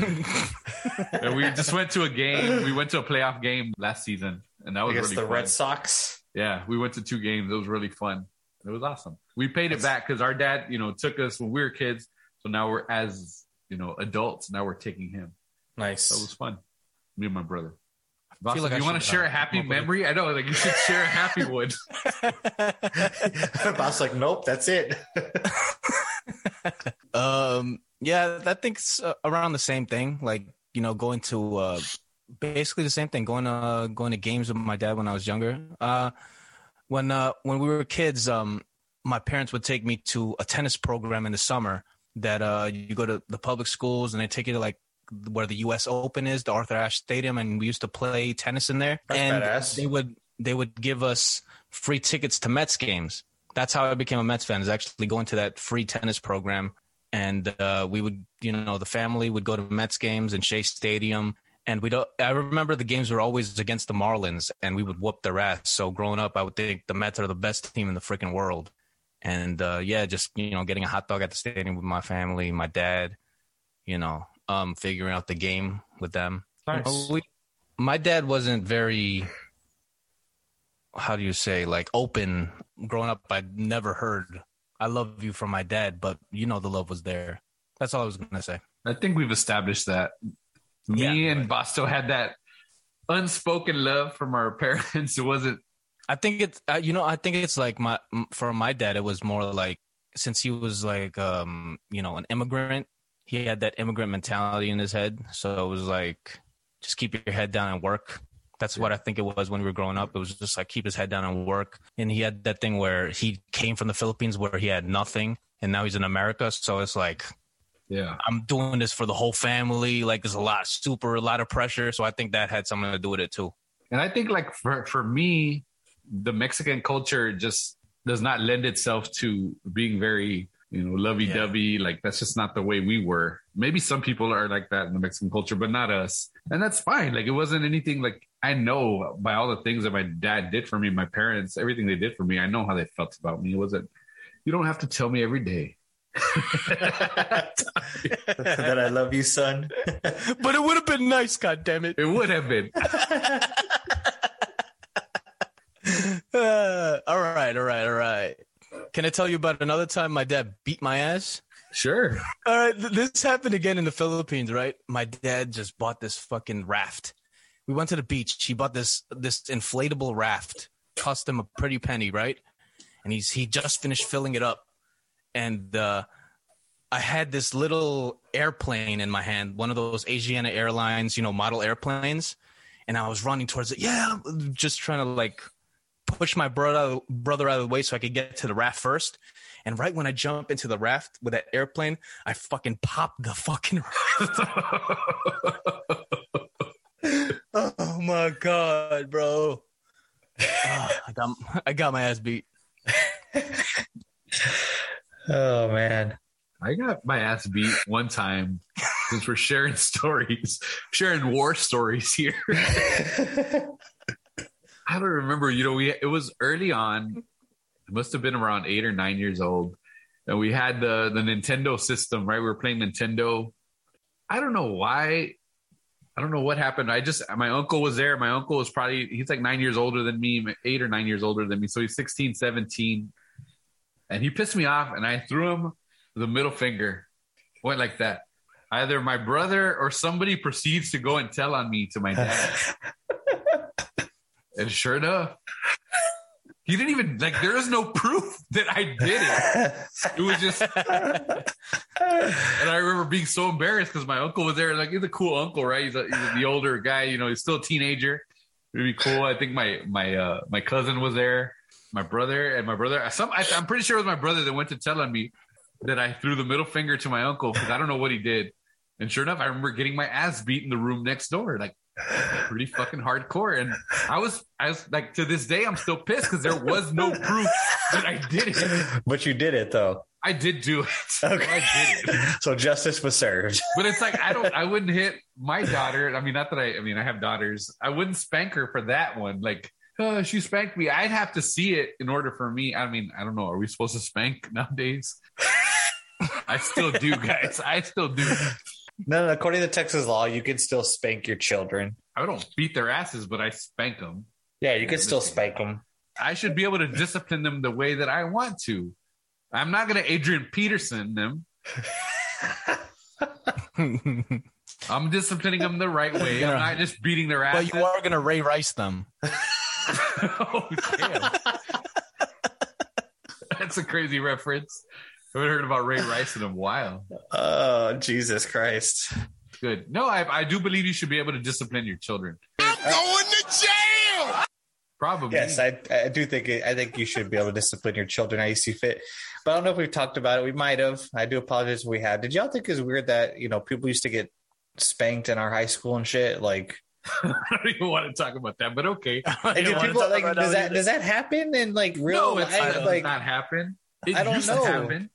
and we just went to a game. We went to a playoff game last season, and that was
Against
really
the
fun.
Red Sox.
yeah, we went to two games. It was really fun. It was awesome. We paid it back because our dad, you know, took us when we were kids. So now we're as you know adults. Now we're taking him.
Nice.
That was fun. Me and my brother. Boston,
like I
you want
should,
to share
uh,
a happy
come up with-
memory? I know, like you should share a happy one.
Bob's like, nope, that's it.
um, yeah, I think it's uh, around the same thing. Like you know, going to uh, basically the same thing. Going to going to games with my dad when I was younger. Uh, when uh, when we were kids, um, my parents would take me to a tennis program in the summer. That uh, you go to the public schools and they take you to like where the U.S. Open is, the Arthur Ashe Stadium, and we used to play tennis in there.
That's
and
badass.
they would they would give us free tickets to Mets games. That's how I became a Mets fan. Is actually going to that free tennis program, and uh, we would you know the family would go to Mets games in Shea Stadium. And we don't. I remember the games were always against the Marlins, and we would whoop their ass. So growing up, I would think the Mets are the best team in the freaking world and uh, yeah, just you know, getting a hot dog at the stadium with my family, my dad, you know, um, figuring out the game with them.
Nice.
You know, we- my dad wasn't very, how do you say, like open. Growing up, I never heard "I love you" from my dad, but you know, the love was there. That's all I was gonna say.
I think we've established that. Me
Yeah.
and Basto had that unspoken love from our parents. It wasn't
I think it's uh, you know I think it's like my m- for my dad it was more like since he was like um you know an immigrant he had that immigrant mentality in his head so it was like just keep your head down and work that's what I think it was when we were growing up it was just like keep his head down and work and he had that thing where he came from the Philippines where he had nothing and now he's in America so it's like
yeah.
I'm doing this for the whole family like there's a lot of super a lot of pressure so I think that had something to do with it too
And I think like for for me, the Mexican culture just does not lend itself to being very you know lovey dovey. Like that's just not the way we were. Maybe some people are like that in the Mexican culture, but not us. And that's fine. Like it wasn't anything like I know by all the things that my dad did for me, my parents, everything they did for me, I know how they felt about me. It wasn't you don't have to tell me every day.
that I love you, son.
but it would have been nice god damn it
It would have been.
Uh, all right, all right, all right. Can I tell you about another time my dad beat my ass?
Sure.
All right, th- this happened again in the Philippines, right? My dad just bought this fucking raft. We went to the beach. He bought this this inflatable raft. Cost him a pretty penny, right? And he's he just finished filling it up, and uh, I had this little airplane in my hand, one of those Asiana Airlines, you know, model airplanes, and I was running towards it. Yeah, just trying to like push my brother brother out of the way so I could get to the raft first. And right when I jump into the raft with that airplane, I fucking pop the fucking raft. oh my god, bro! Ah, I got I got my ass beat.
Oh man.
I got my ass beat one time since we're sharing stories, sharing war stories here. I don't remember, you know, we it was early on. It must have been around eight or nine years old. And we had the the Nintendo system, right? We were playing Nintendo. I don't know why. I don't know what happened. I just my uncle was there. My uncle was probably he's like nine years older than me, eight or nine years older than me. So he's 16, 17. And he pissed me off and I threw him the middle finger went like that. Either my brother or somebody proceeds to go and tell on me to my dad. and sure enough, he didn't even like there is no proof that I did it. It was just and I remember being so embarrassed because my uncle was there. Like he's a cool uncle, right? He's, a, he's the older guy, you know, he's still a teenager. It'd be cool. I think my my uh my cousin was there, my brother and my brother. Some I, I'm pretty sure it was my brother that went to tell on me that I threw the middle finger to my uncle because I don't know what he did. And sure enough, I remember getting my ass beat in the room next door, like pretty fucking hardcore. And I was, I was like, to this day, I'm still pissed because there was no proof that I did it.
But you did it though.
I did do it.
Okay.
I did it.
So justice was served.
But it's like I don't, I wouldn't hit my daughter. I mean, not that I, I mean, I have daughters. I wouldn't spank her for that one. Like, uh, she spanked me. I'd have to see it in order for me. I mean, I don't know. Are we supposed to spank nowadays? I still do, guys. I still do.
No, no, according to Texas law, you can still spank your children.
I don't beat their asses, but I spank them.
Yeah, you can still spank them.
I should be able to discipline them the way that I want to. I'm not going to Adrian Peterson them. I'm disciplining them the right way. I'm not just beating their ass.
But you are gonna Ray Rice them.
oh, damn. That's a crazy reference. I haven't heard about Ray Rice in a while.
Oh, Jesus Christ.
Good. No, I, I do believe you should be able to discipline your children.
Going to jail!
Probably.
Yes, I, I do think it, I think you should be able to discipline your children how you see fit. But I don't know if we've talked about it. We might have. I do apologize if we had. Did y'all think it's weird that you know people used to get spanked in our high school and shit. Like,
I don't even want to talk about that, but okay.
and do
wanna
people
talk
like
about
does
that
that does that happen in like real
no, it's
life?
it
like,
does not happen. It
I don't
used
know.
to happen.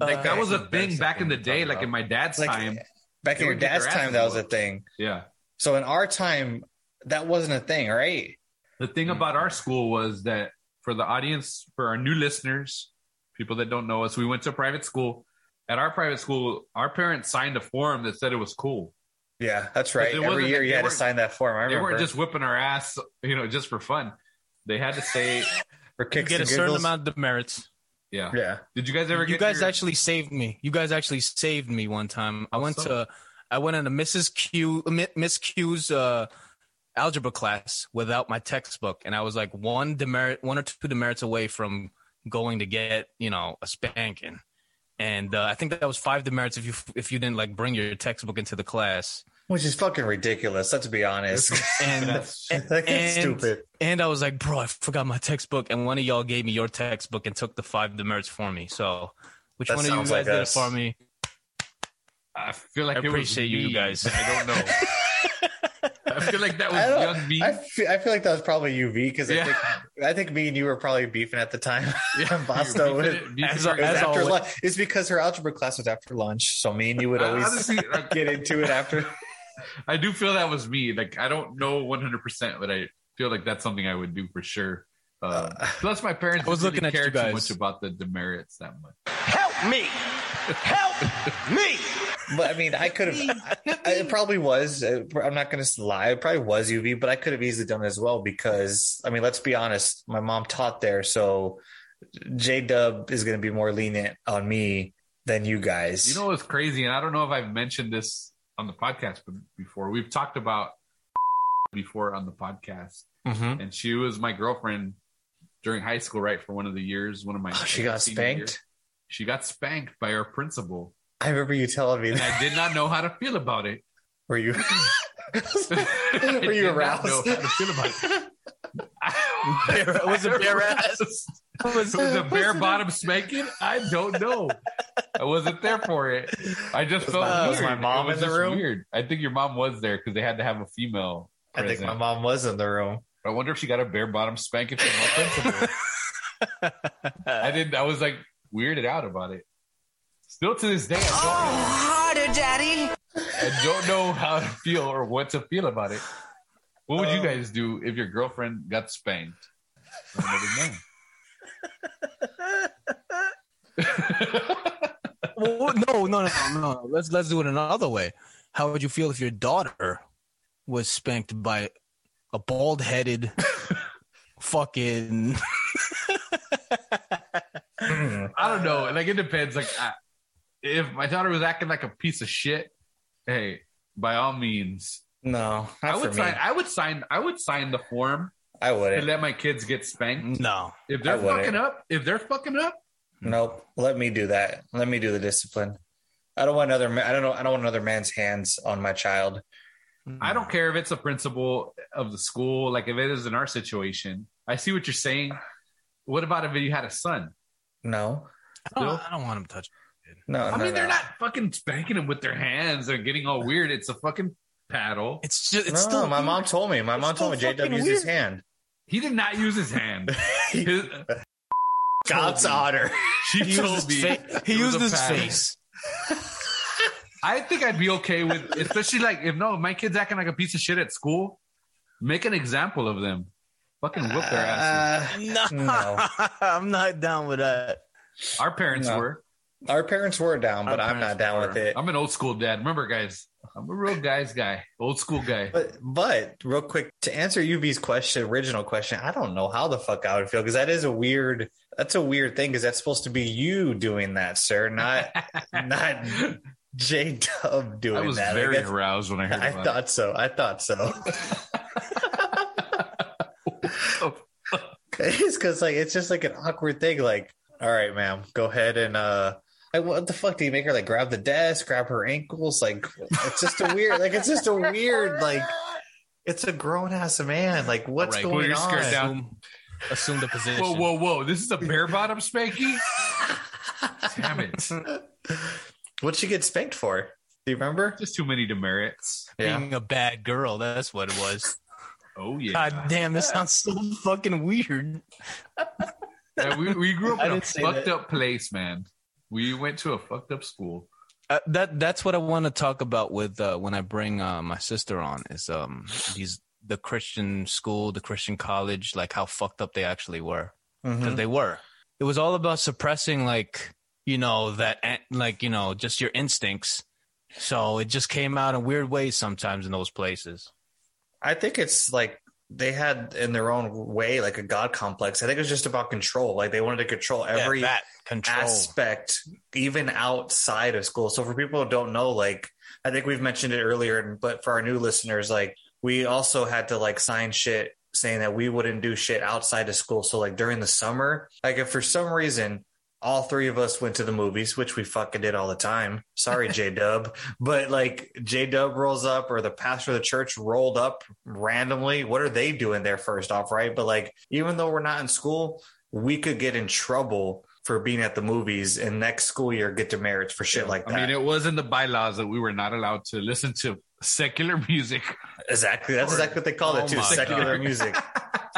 Like that
Uh,
was a
that's
thing back in the
something to
day,
talk
like in my dad's
like eh,
time.
back in
They
your
would get
dad's
their
time,
asses
that was a
whooped.
thing.
Yeah.
So in our time, that wasn't a thing, right?
The thing
Mm-hmm.
about our school was that for the audience, for our new listeners, people that don't know us, we went to a private school. At our private school, our parents signed a form that said it was cool.
Yeah, that's right.
it
Every
wasn't-
year you
they
had to
weren't-
sign that form. I
They
remember.
weren't just whipping our ass, you know, just for fun. They had to say,
for
You
kicks
get a
and
certain
giggles.
amount of demerits.
yeah.
Yeah,
Did you guys ever
You
get
guys
your-
actually saved me. You guys actually saved me one time. I
How
went
so?
to I went into Mrs. Q Mi- Miss Q's uh, algebra class without my textbook, and I was like one demerit, one or two demerits away from going to get you know a spanking. And uh, I think that was five demerits if you if you didn't like bring your textbook into the class.
which is fucking ridiculous. Let's be honest.
And
That's-
like, that's
and-
stupid.
And I was like, bro, I forgot my textbook. And one of y'all gave me your textbook and took the five demerits for me. So, which
That
one of you
sounds
guys
like
did it
us.
for me?
I feel like
I
it was
appreciate you
me.
guys.
I don't know. I feel like that was
I, don't,
young me.
I, feel, I feel like that was probably UV because
Yeah.
I think I think me and you were probably beefing at the time.
Yeah,
Boston
you- you-
with-
you-
As
you-
a-
It was
as
after
always.
lunch. It's because her algebra class was after lunch, so me and you would
I-
always
honestly, I-
get into it after.
I do feel that was me. Like I don't know 100, percent but I feel like that's something I would do for sure. Uh, plus, my parents
I was
didn't
looking at
care
you guys.
too much about the demerits that much.
Help me! Help me!
But I mean, I could have. I- I- It probably was. uh, I'm not going to lie. It probably was UV, but I could have easily done it as well because I mean, let's be honest. My mom taught there, so J Dub is going to be more lenient on me than you guys.
You know what's crazy, and I don't know if I've mentioned this on the podcast b- before. We've talked about before on the podcast,
Mhm.
and she was my girlfriend during high school, right? For one of the years, one of my
Oh, she got
senior year.
spanked.
She got spanked by our principal,
I remember you telling me
and
that.
I did not know how to feel about it.
Were you?
I
Were
did
you
not
aroused?
know how to feel about it.
Bare- was it bare ass?
It was a bare bottom spanking? I don't know. I wasn't there for it. I just felt
my- was
weird.
my mom
It was
in the
just
room?
Weird. I think your mom was there because they had to have a female.
I think
present.
my mom was in the room.
I wonder if she got a bare bottom spanking from my principal. I didn't. I was like weirded out about it. Still to this day, I
Oh, harder, Daddy!
don't, I don't know how to feel or what to feel about it. What
Oh.
would you guys do if your girlfriend got spanked? I don't know.
Well, what- no, no, no, no, no. Let's let's do it another way. How would you feel if your daughter was spanked by a bald headed fucking
I don't
Uh,
know. Like it depends. Like I, if my daughter was acting like a piece of shit, hey, by all means,
No, not
I
for
would
me.
sign. I would sign. I would sign the form
I
and
wouldn't.
let my kids get spanked
no.
if
Mm-hmm. I
they're
wouldn't.
fucking up. If they're fucking up,
Nope. Let me do that. Let me do the discipline. I don't want another. ma- I don't know. I don't want another man's hands on my child.
I don't care if it's a principal of the school. Like if it is in our situation, I see what you're saying. What about if you had a son?
No,
I don't, I don't want him touching.
no.
I
no,
mean, they're
no.
not fucking spanking him with their hands. They're getting all weird. It's a fucking paddle.
It's just
No,
it's still
my mom told me. My
It's
mom
still
told me JW
fucking
used his
weird.
hand.
He did not use his hand. His-
God's honor.
she
he
told
used
me
his, fa- he
it was
used
a
his
paddle.
face.
I think I'd be okay with, especially like if no, my kid's acting like a piece of shit at school. Make an example of them. Fucking whoop their asses.
Uh,
No,
No.
I'm not down with that.
Our parents
no.
were,
our parents were down, but
Our
I'm not
parents
down
were.
with it.
I'm an old school dad. Remember, guys, I'm a real guys guy, old school guy.
But but real quick to answer UV's question, original question, I don't know how the fuck I would feel because that is a weird. That's a weird thing because that's supposed to be you doing that, sir, not not J Dub doing
I was
that. Like,
very
that's-
aroused when I heard
I
about
thought so. I thought so. it's because like it's just like an awkward thing. Like, all right, ma'am, go ahead and uh, like, what the fuck do you make her like? Grab the desk, grab her ankles. Like, it's just a weird. like, it's just a weird. Like, it's a grown ass man. Like, what's
Right, pull
going
your
on?
skirt down.
Assume, assume the
it.
position.
Whoa, whoa, whoa! This is a bare bottom spanky. Damn it!
What'd she get spanked for? Do you remember?
Just too many demerits.
Yeah.
Being a bad girl, that's what it was.
Oh yeah.
God damn, this sounds so fucking weird.
Yeah, we, we grew up
I
in a
didn't say
fucked
that.
up place, man. We went to a fucked up school.
Uh, that that's what I want to talk about with uh, when I bring uh, my sister on is um these the Christian school, the Christian college, like how fucked up they actually were.
Mm-hmm.
because they were. It was all about suppressing, like you know that, an- like you know, just your instincts. So it just came out in weird ways sometimes in those places.
I think it's like they had in their own way like a god complex. I think it was just about control. Like they wanted to control every
that control.
aspect, even outside of school. So for people who don't know, like I think we've mentioned it earlier, but for our new listeners, like we also had to like sign shit saying that we wouldn't do shit outside of school. So like during the summer, like if for some reason all three of us went to the movies, which we fucking did all the time. Sorry, J Dub. But like J Dub rolls up or the pastor of the church rolled up randomly. What are they doing there first off, right? But like, even though we're not in school, we could get in trouble for being at the movies and next school year get demerits for shit like that.
I mean, it was in the bylaws that we were not allowed to listen to secular music.
exactly. That's exactly what they called
Oh
it too,
my
secular music.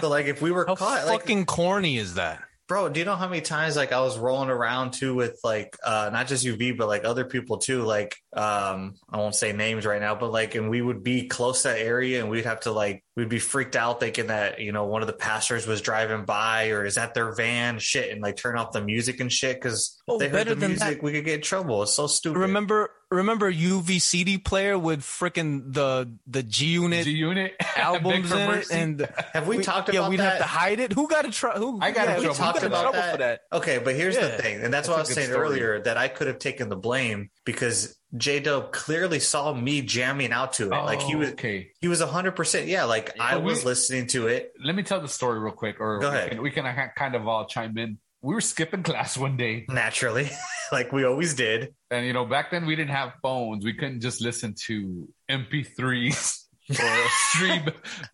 So like if we were
How
caught like
fucking corny is that?
bro do you know how many times like i was rolling around too with like uh not just uv but like other people too like um i won't say names right now but like and we would be close to that area and we'd have to like we'd be freaked out thinking that you know one of the pastors was driving by or is that their van shit and like turn off the music and shit because
Oh,
they heard
better
the
than that.
music we could get in trouble it's so stupid
Remember, remember UV CD player with freaking the the G Unit
G Unit
albums in it, and
have we, talked
yeah,
about
we'd
that
have to hide it. Who got in trouble? Who
I got in
yeah, who
trouble.
got
talked
in
about
trouble
that.
for that?
Okay, but here's
Yeah.
the thing, and that's, what I
a
was
good
saying
story.
earlier that I could have taken the blame because J Dub clearly saw me jamming out to it. like he was,
Oh, okay.
he was hundred percent. Yeah, like I
But we-
was listening to it.
Let me tell the story real quick, or
Go
we
ahead.
can, we can ha- kind of all chime in. We were skipping class one day,
Naturally, like we always did.
and you know, back then we didn't have phones. We couldn't just listen to MP3s or stream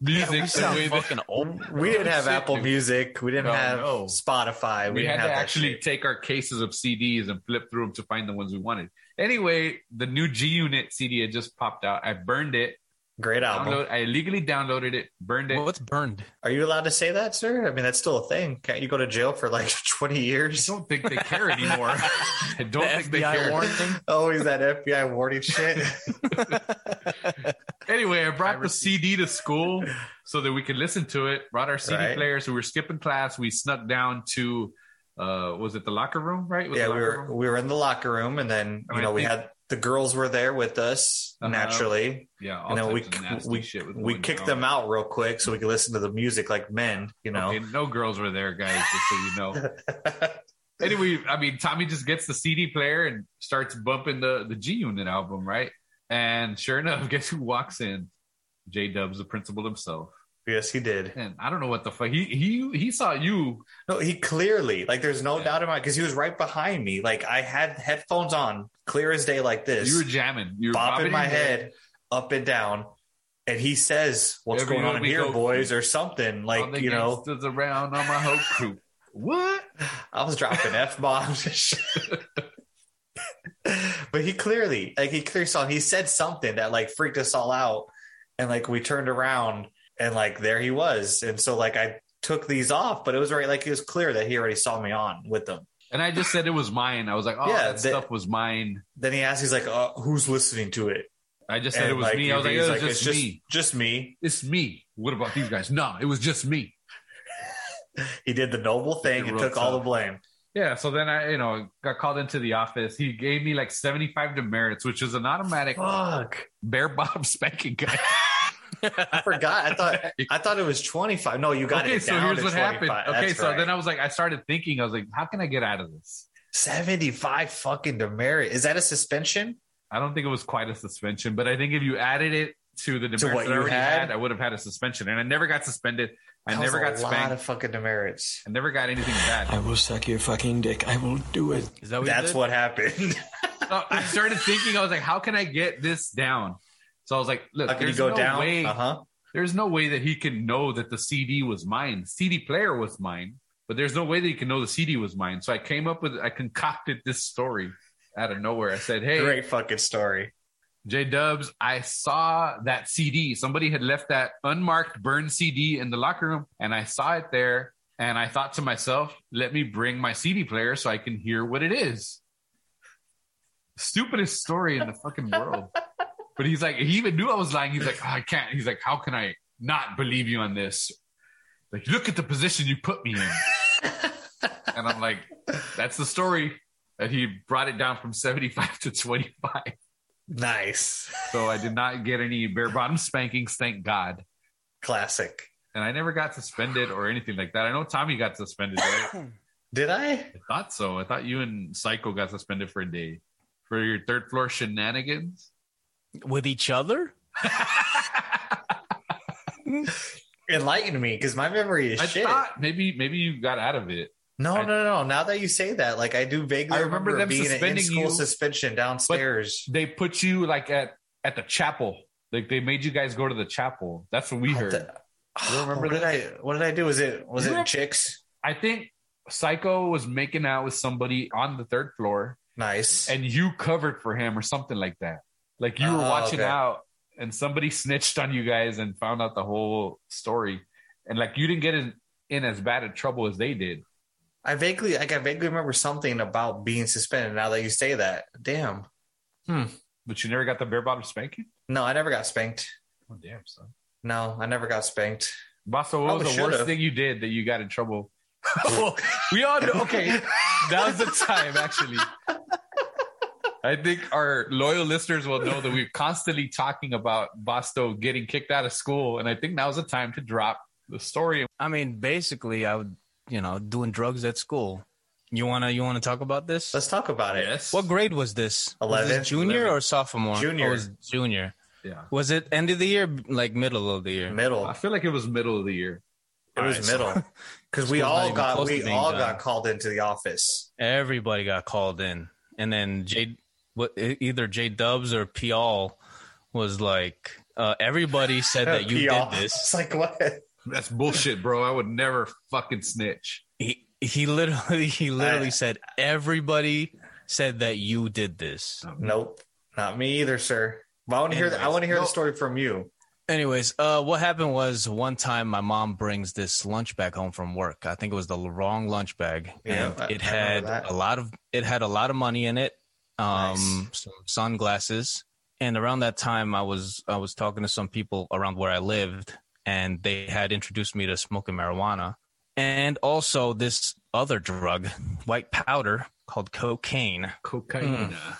music.
You
the
sound
way that-
fucking old.
We didn't have
Shit,
Apple
dude.
Music. We didn't
No,
have
no.
Spotify. We,
we
didn't
had
have
to
that
actually
shit.
take our cases of CDs and flip through them to find the ones we wanted. Anyway, the new G Unit CD had just popped out. I burned it.
great album.
Download, I illegally downloaded it, burned it.
What's burned?
Are you allowed to say that, sir? I mean, that's still a thing. Can't you go to jail for like twenty
I
years?
don't think they care anymore. I don't think they care.
Always that FBI warning shit.
Anyway, I brought the CD to school so that we could listen to it. Brought our CD
Right.
player, so we were skipping class. We snuck down to, uh, was it the locker room? Right? It was
yeah,
the
we
locker
were
room?
we were in the locker room, and then
I
you
mean,
know
I
we
think-
had the girls were there with us
Uh-huh.
naturally,
Yeah, all
and then we
types of nasty
we
shit was
we
going
kicked
down.
them out real quick so we could listen to the music like men, you know.
Okay, no girls were there, guys, just so you know. anyway, I mean, Tommy just gets the CD player and starts bumping the, the G Unit album, right? And sure enough, guess who walks in? J Dub's the principal himself.
yes, he did.
And I don't know what the fuck. He he he saw you.
No, he clearly like there's no
Yeah.
doubt about because he was right behind me. Like I had headphones on, clear as day, like this,
You were jamming. You were
bopping my
your
head up and down. And he says, "What's
Every
going on in
week,
here,
go-
boys?" or something
All
like
the
you know.
gangsters around on my whole crew. What?
I was dropping f bombs and shit. but he clearly, like, he clearly saw. He said something that like freaked us all out, and like we turned around and like there he was, and so like I took these off, but it was already like it was clear that he already saw me on with them.
And I just said it was mine. I was like, oh,
Yeah,
that
they-
stuff was mine.
Then he asked, he's like, uh, "Who's listening to it?"
I just said it was me. I was like, it
he's
was just,
it's
me.
just me.
It's me. What about these guys? No, it was just me.
He did the noble thing
You're
and
real
took all the
tough.
blame.
Yeah, so then I, you know, got called into the office. He gave me like 75 demerits, which is an automatic
Fuck!
bare bottom spanking guy.
I forgot. I thought I thought it was twenty five. No, you got
okay,
it.
so
down
here's
to
what happened.
25.
Okay,
That's
so
right.
then I was like, I started thinking, I was like, how can I get out of this?
75 fucking demerit. Is that a suspension?
I don't think it was quite a suspension, but I think if you added it to the demerits
what
that I
you
already
had?
had? I would have had a suspension. And I never got suspended. I
That
never got
was a lot
spanked.
of fucking demerits.
I never got anything bad.
will suck your fucking dick. I will do it.
Is that what you
That's
did?
what happened.
So I started thinking, I was like, how can I get this down? So I was like, look,
How can you
there's
go
no
down?
way
Uh huh.
there's no way that he can know that the CD was mine. The CD player was mine, but there's no way that he can know the CD was mine. So I came up with, I concocted this story out of nowhere. I said, hey,
Great fucking story.
J Dubs, I saw that CD. Somebody had left that unmarked burned CD in the locker room, and I saw it there. And I thought to myself, let me bring my CD player so I can hear what it is. Stupidest story in the fucking world. But he's like, he even knew I was lying. He's like, "Oh, I can't. He's like, how can I not believe you on this? Like, look at the position you put me in. and I'm like, that's the story. And he brought it down from 75 to 25.
Nice.
So I did not get any bare bottom spankings, thank God.
Classic.
And I never got suspended or anything like that. I know Tommy got suspended. Right?
Did I?
I thought so. I thought you and Psycho got suspended for a day for your third floor shenanigans.
with each other.
Enlighten me because my memory is
I
shit.
thought maybe maybe you got out of it.
no,
I-
no, no. Now that you say that, like I do vaguely
I remember
remember,
them
being an
suspending
in-school
you,
suspension downstairs.
They put you like at at the chapel. Like they made you guys go to the chapel. That's what we
What
heard.
the-
You remember
what did I? What did I do? Was it was
You
it
remember-
chicks?
I think Psycho was making out with somebody on the third floor,
Nice.
and you covered for him or something like that. Like you were
Oh,
watching
okay.
out, and somebody snitched on you guys and found out the whole story. And like you didn't get in, in as bad of trouble as they did.
I vaguely like I vaguely remember something about being suspended. Now that you say that, damn.
But you never got the bare bottom spanking.
No, I never got spanked.
Oh damn, son.
No, I never got spanked.
Basso, what
Probably
was the worst
should've.
thing you did that you got in trouble? we all know. Okay, that was the time actually. I think our loyal listeners will know that we're constantly talking about Basto getting kicked out of school, and I think now's the time to drop the story.
I mean, basically, I would, you know, doing drugs at school. You wanna, you wanna talk about this?
Let's talk about it.
What grade was this? Was this
11,
junior
11.
or sophomore?
Junior.
Oh, it was junior.
Yeah,
Was it end of the year, like middle of the year?
Middle.
I feel like it was middle of the year.
It was
Alright, so-
middle. Because we
School's not
all
even
got
close to
we
being
all
done.
got called into the office.
Everybody got called in, and then J, what e- either J Dubs or Pial was like, uh, everybody said that you did
Y'all-
this.
It's like what?
That's bullshit, bro. I would never fucking snitch.
He he literally he literally
I-
said everybody said that you did this.
Nope. Not me either, sir. But I want to hear the, I
Anyways,
want to hear the
nope.
story from you.
Anyways, uh, what happened was one time my mom brings this lunch bag home from work. I think it was the wrong lunch bag,
Yeah,
and
I-
it
I remember
had
that.
a lot of it had a lot of money in it, um,
Nice.
some sunglasses. And around that time, I was I was talking to some people around where I lived, and they had introduced me to smoking marijuana, and also this other drug, white powder called cocaine
Cocaine.
Hmm.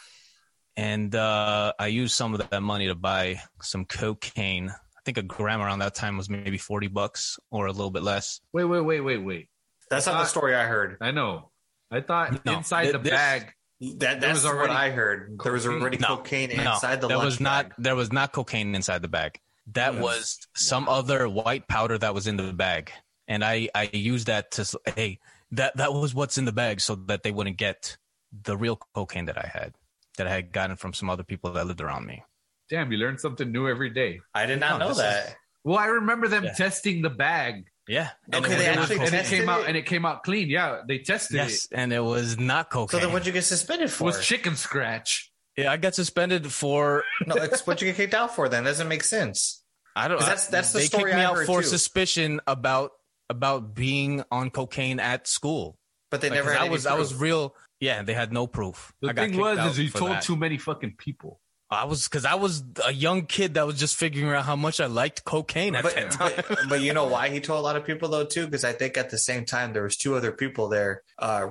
and uh, I used some of that money to buy some cocaine. I think a gram around that time was maybe forty bucks or a little bit less.
Wait, wait, wait, wait, wait.
That's
Uh,
not the story I heard.
I know. I thought
No.
inside the
Th- this-
bag.
That that's
was already
what I heard. There was already
No,
cocaine
No,
inside the
there
lunch
was not
bag.
there was not cocaine inside the bag. That
Yes.
was some other white powder that was in the bag, and I I used that to s- hey that that was what's in the bag so that they wouldn't get the real cocaine that I had that I had gotten from some other people that lived around me.
Damn, you learn something new every day.
I did
No,
not know
this is-
that.
Well, I remember them
Yeah.
testing the bag
Yeah.
Okay,
it
they
was not
actually
cocaine.
and it
tested
came out
it?
and it came out clean. Yeah, they tested
yes, and it was not
So
cocaine.
then what'd you get suspended
it. It
for?
was chicken scratch.
yeah, I got suspended for
no, it's what you get kicked out for then. Doesn't make sense.
I don't.
'Cause that's- that's the
they
story
kicked me
I
out
heard,
for
too.
suspicion about about being on cocaine at school.
But they
Like, 'cause
never had
I
any
was I was
proof.
real. Yeah, they had no proof.
The
I got
thing
kicked
was,
out
is he
for
told
that.
too many fucking people.
I was because I was a young kid that was just figuring out how much I liked cocaine at
but,
that time.
but, but you know why he told a lot of people though too because i think at the same time there was two other people there uh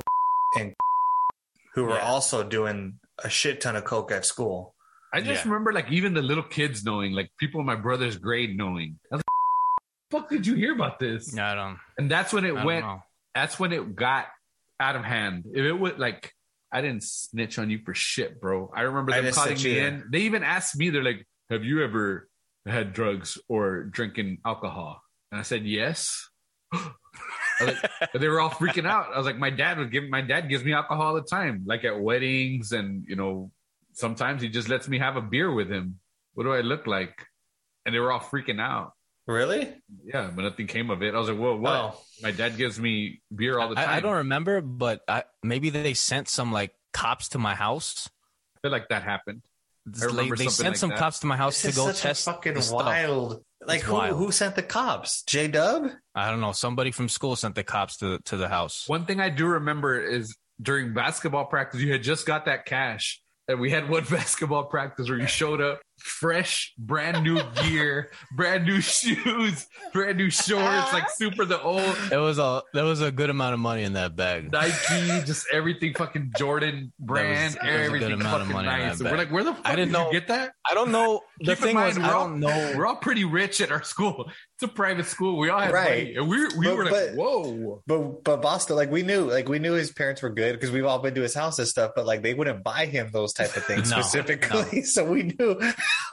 and who were
Yeah.
also doing a shit ton of coke at school
I just
Yeah.
remember like even the little kids knowing, like people in my brother's grade knowing. I was like, fuck did you hear about this?
Yeah, I don't.
And that's when it
I don't
went.
know.
That's when it got out of hand. If it would like, I didn't snitch on you for shit, bro. I remember
I
them
didn't
calling
snitch
me
either.
in. They even asked me. They're like, "Have you ever had drugs or drinking alcohol?" And I said, "Yes." I was like- but they were all freaking out. I was like, "My dad would give. My dad gives me alcohol all the time, like at weddings, and you know, sometimes he just lets me have a beer with him. What do I look like?" And they were all freaking out.
really
Yeah, but nothing came of it. I was like, "Whoa, what?"
Well,
My dad gives me beer all the time.
I, I don't remember, but I maybe they sent some like cops to my house.
I feel like that happened.
They-
remember
they
something
sent
like
some
that.
cops to my house
This
to
is
go
such a
test
fucking
the stuff.
wild. Like
It's
who
wild.
who sent the cops? J Dub.
I don't know. Somebody from school sent the cops to to the house.
One thing I do remember is during basketball practice, you had just got that cash. And we had one basketball practice where you showed up fresh, brand new gear, brand new shoes, brand new shorts, like super the old
It was a there was a good amount of money in that bag.
Nike, just everything fucking Jordan brand,
that was a good
everything
amount of
fucking
money in
nice.
that
And we're
bag.
like, where the fuck
I didn't
did
know-
you get that?
I don't know. The
Keep in
thing was,
mind,
I
we're all-
don't know.
We're all pretty rich at our school. It's a private school. We all had
Right.
money. And we, we
But-
were like,
but-
whoa.
But but Boston, like we knew, like we knew his parents were good because we've all been to his house and stuff. But like they wouldn't buy him those type of things
No,
specifically. So we knew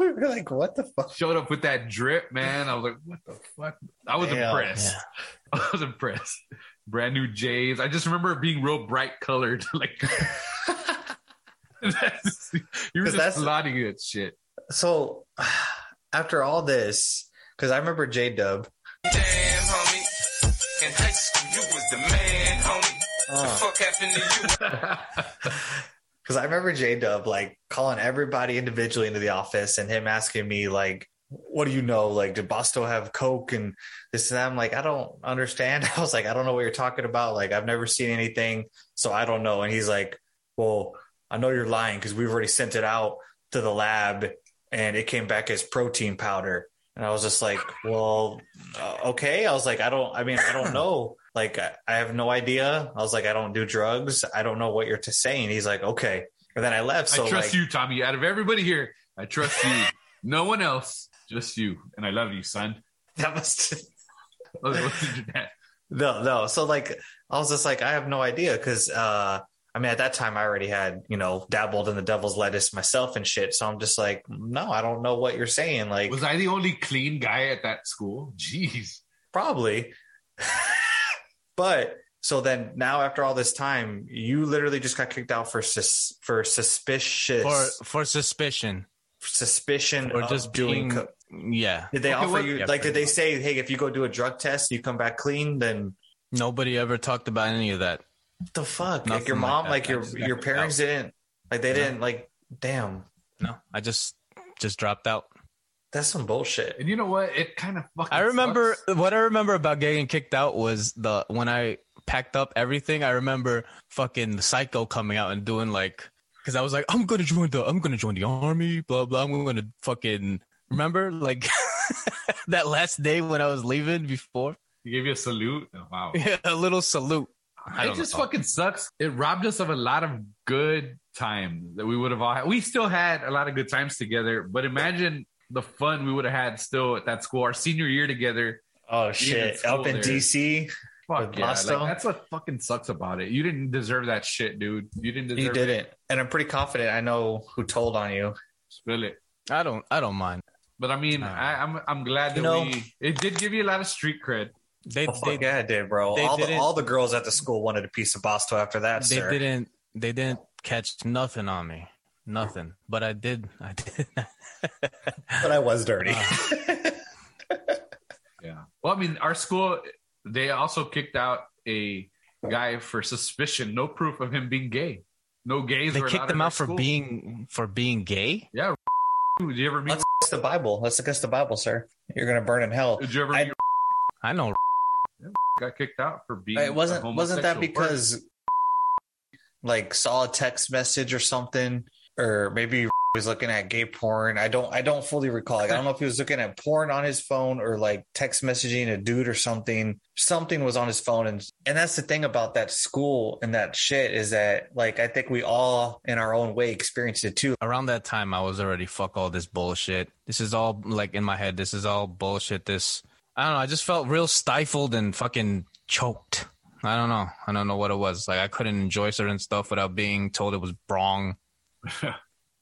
we were like, what the fuck?
Showed up with that drip, man. I was like, what the fuck? I was
Damn.
impressed. I was impressed. Brand new J's. I just remember it being real bright colored. like, That's- you were
'Cause
just
that's-
plotting that shit.
So after all this, because I remember J Dub.
Damn, homie. In high school, you was the man, homie. The
Oh.
fuck happened to you?
Because I remember J Dub like calling everybody individually into the office and him asking me like, "What do you know? Like, did Boston have coke and this and that?" I'm like, "I don't understand." I was like, "I don't know what you're talking about. Like, I've never seen anything, so I don't know." And he's like, "Well, I know you're lying because we've already sent it out to the lab and it came back as protein powder." And I was just like, "Well, uh, okay." I was like, "I don't. I mean, I don't know." Like I I have no idea. I was like, I don't do drugs. I don't know what you're t- saying. He's like, okay. And then I left. So
I trust
like,
you, Tommy. Out of everybody here, I trust you. no one else, just you. And I love you, son.
that was
Other than your dad.
no, no. So like, I was just like, I have no idea because uh, I mean, at that time, I already had you know dabbled in the devil's lettuce myself and shit. So I'm just like, no, I don't know what you're saying. Like,
Was I the only clean guy at that school? Jeez.
probably. but so then now after all this time, you literally just got kicked out for sus- for suspicious
For for suspicion,
suspicion
or
of
just being,
doing. co-
yeah.
Did they
Okay,
offer
what-
you
Yeah,
like? Did
pretty
they say, "Hey, if you go do a drug test, you come back clean"? Then
Nobody ever talked about any of that.
what the fuck? like
Nothing
your
like
mom,
that.
like,
I
your
just got
your
kicked
parents didn't like they didn't like. Damn,
No, I just just dropped out.
that's some bullshit.
And you know what? It kind of fucking.
I remember
sucks.
what I remember about getting kicked out was the when I packed up everything. I remember fucking the psycho coming out and doing like because I was like, I'm gonna join the I'm gonna join the army, blah blah. I'm gonna fucking remember like that last day when I was leaving before.
He gave you a salute. Oh, wow.
Yeah, a little salute. I
It
don't
just
know.
fucking sucks. It robbed us of a lot of good times that we would have all had. We still had a lot of good times together, but imagine the fun we would have had still at that school, our senior year together.
Oh
shit.
shit, up in
School there.
DC,
Fuck
With
yeah. Like,
Boston?
that's what fucking sucks about it. You didn't deserve that shit, dude. You didn't deserve
you
it.
didn't, and I'm pretty confident I know who told on you.
Spill it.
I don't. I don't mind.
But I mean, I, I'm I'm glad that
You know-
we it did give you a lot of street cred.
They
Oh,
they,
fuck yeah, I did, bro.
they
All the
didn't-
all the girls at the school wanted a piece of Boston after that,
they
sir.
didn't they didn't catch nothing on me. Nothing. But I did. I did.
But I was dirty.
Yeah. Well, I mean, our school they also kicked out a guy for suspicion, no proof of him being gay. No gays.
they
were
kicked
allowed
them
in our
out for
school.
being for being gay.
Yeah. Did you ever meet?
Let's It's the Bible. That's against the Bible, sir. You're gonna burn in hell.
Did you ever
I-
meet?
I know.
Got kicked out for being.
It wasn't
a
wasn't that
homosexual
because like saw a text message or something, or maybe he was looking at gay porn. I don't I don't fully recall. Like, I don't know if he was looking at porn on his phone or like text messaging a dude or something. Something was on his phone, and and that's the thing about that school and that shit is that like I think we all in our own way experienced it too.
Around that time, I was already fuck all this bullshit. This is all like in my head. This is all bullshit. This I don't know. I just felt real stifled and fucking choked. I don't know. I don't know what it was. Like I couldn't enjoy certain stuff without being told it was wrong.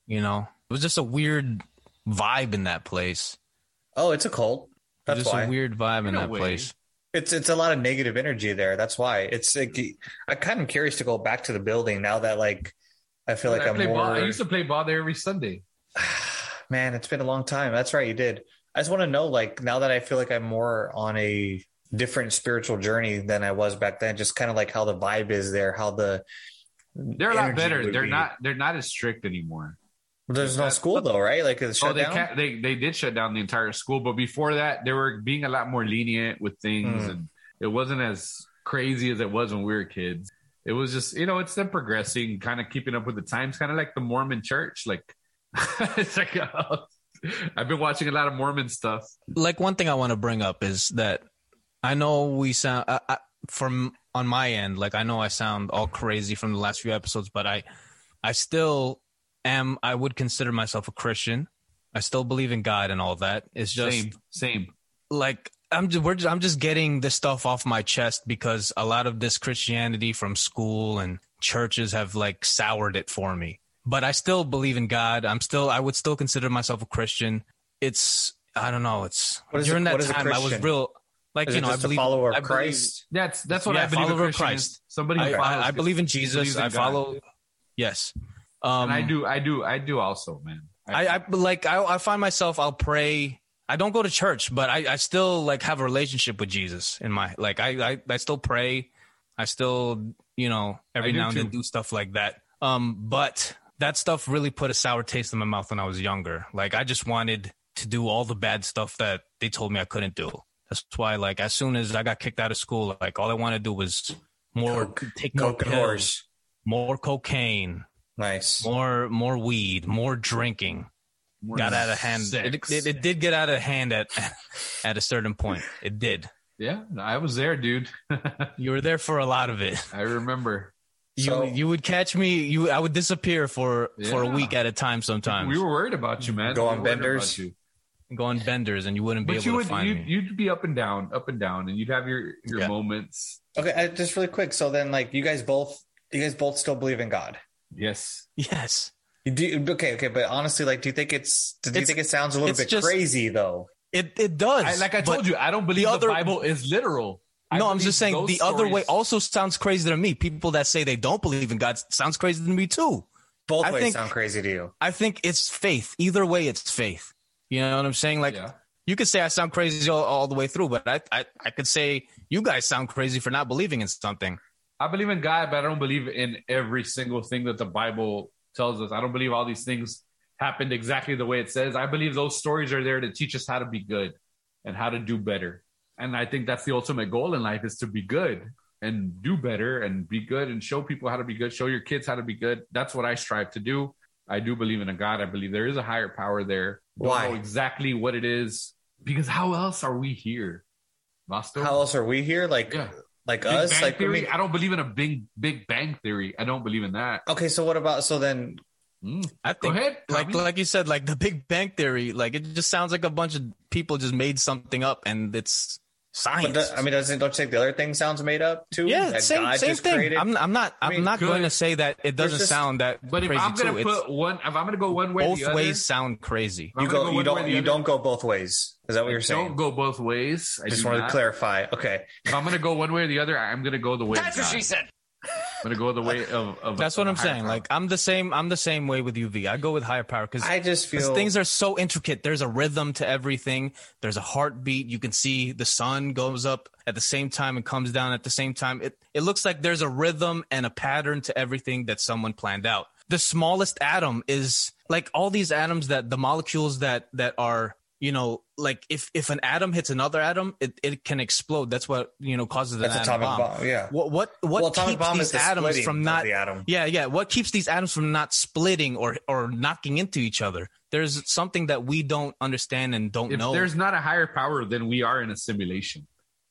you know, it was just a weird vibe in that place.
Oh, it's a
It
cult.
was
That's
just
why.
a weird vibe in
a
that
way.
place.
It's it's a lot of negative energy there. That's why it's like
Mm-hmm.
I'm kind of curious to go back to the building now that like I feel
Dude,
like
I,
I'm
play
more.
ball. I used to play ball there every Sunday.
Man, it's been a long time. That's right, you did. I just want to know, like, now that I feel like I'm more on a different spiritual journey than I was back then, just kind of like how the vibe is there, how the
They're a lot
energy
better.
would
They're
be.
not. They're not as strict anymore.
There's no school though, right? Like it's
Oh,
shut
they
down.
can't. They they did shut down the entire school, but before that, they were being a lot more lenient with things,
Mm.
and it wasn't as crazy as it was when we were kids. It was just you know, it's them progressing, kind of keeping up with the times, kind of like the Mormon Church. Like it's like uh, I've been watching a lot of Mormon stuff.
like one thing I want to bring up is that I know we sound I, I, from on my end, like I know I sound all crazy from the last few episodes, but I I still am. I would consider myself a Christian. I still believe in God and all that. It's just
Same, same.
like I'm just, we're just, I'm just getting this stuff off my chest because a lot of this Christianity from school and churches have like soured it for me. But I still believe in God. I'm still I would still consider myself a Christian. It's I don't know. It's
What is a-
during that
what is a
time I was
Christian?
real like
Is
you
it
know I
just a
believe
follower of
I believe-
Christ?
That's that's what
yeah,
I believe. a
follower of
Christian is.
Christ.
Somebody who
I,
follows
I, I believe in
believes
Jesus.
in
I
God.
follow. Yes. Um,
and I do, I do, I do also, man.
I, I like I, I find myself I'll pray. I don't go to church, but I, I still like have a relationship with Jesus in my like I, I I still pray. I still you know every
I do
now and then
too.
do stuff like that. Um, but that stuff really put a sour taste in my mouth when I was younger. Like I just wanted to do all the bad stuff that they told me I couldn't do. That's why like as soon as I got kicked out of school, like all I wanted to do was more take more
Coke and
pills,
horse.
more cocaine,
Nice.
more more weed, more drinking got out of hand. It, it, it did get out of hand at at a certain point. It did.
Yeah, I was there, dude.
You were there for a lot of it.
I remember.
You
So-
you would catch me. You I would disappear for for a
Yeah.
week at a time. Sometimes
We were worried about you, man.
Go
We
on
were worried
benders.
about you.
go on benders, and you wouldn't be able
But you
to
would
find
you'd,
me.
you'd be up and down, up and down, and you'd have your your
Yeah.
moments.
Okay, I, just really quick. So then, like, you guys both, you guys both still believe in God.
Yes,
yes,
You do okay, okay, but honestly, like, do you think it's? Do you
It's-
think it sounds a little
it's
bit
just-
crazy though?
it it does.
I, like I
but-
told you, I don't believe the,
other-
Bible is literal. I
No, I'm
believe
just saying
those
the other way
stories-
also sounds crazy to me. People that say they don't believe in God sounds crazy to me too.
Both
I
ways
think-
sound crazy to you.
I think it's faith. Either way, it's faith. You know what I'm saying? Like
Yeah.
you could say I sound crazy all, all the way through, but I, I I could say you guys sound crazy for not believing in something.
I believe in God, but I don't believe in every single thing that the Bible tells us. I don't believe all these things happened exactly the way it says. I believe those stories are there to teach us how to be good and how to do better. And I think that's the ultimate goal in life is to be good and do better and be good and show people how to be good, show your kids how to be good. That's what I strive to do. I do believe in a God. I believe there is a higher power there. Don't
Why?
know exactly what it is because how else are we here? Vasto?
How else are we here? Like,
Yeah.
like
Big
us?
Bang
Like, I
theory. I,
mean-
don't believe in a big Big Bang theory. I don't believe in that.
okay. So what about? So then,
Mm.
I
Go
think
ahead.
like
Tommy.
like you said, like the Big Bang theory, like it just sounds like a bunch of people just made something up and it's
but
science.
the- I mean, doesn't don't you think the other thing sounds made up too?
yeah,
That
same
God
same
just
thing.
created?
I'm I'm not
I mean,
I'm not
good.
going to say that it doesn't
just-
sound that
but if
crazy
I'm gonna
too.
put one, if I'm gonna go one way, or
it's,
the
both
other,
ways sound crazy.
if I'm
you
gonna
go.
one
You
way or
don't.
the
You
other,
don't go both ways. Is that what you're saying?
Don't go both ways. I
just
do
wanted
not.
to clarify. Okay.
If I'm gonna go one way or the other, I'm gonna go the way. That's what she said. I'm gonna go the way of. of
That's what
of
I'm
a higher
saying.
power.
Like I'm the same I'm the same way with UV. I go with higher power because
I just
Because
feel
things are so intricate. There's a rhythm to everything. There's a heartbeat. You can see the sun goes up at the same time and comes down at the same time. It it looks like there's a rhythm and a pattern to everything that someone planned out. The smallest atom is like all these atoms that the molecules that that are you know like if if an atom hits another atom it, it can explode that's what you know causes an
That's
atom
atomic bomb, yeah.
what what what
Well, atomic
keeps
bomb is
these
the
atoms
splitting
from
of
not
the atom.
yeah, yeah. What keeps these atoms from not splitting or or knocking into each other? There's something that we don't understand and don't
if
know.
there's not a higher power, then we are in a simulation.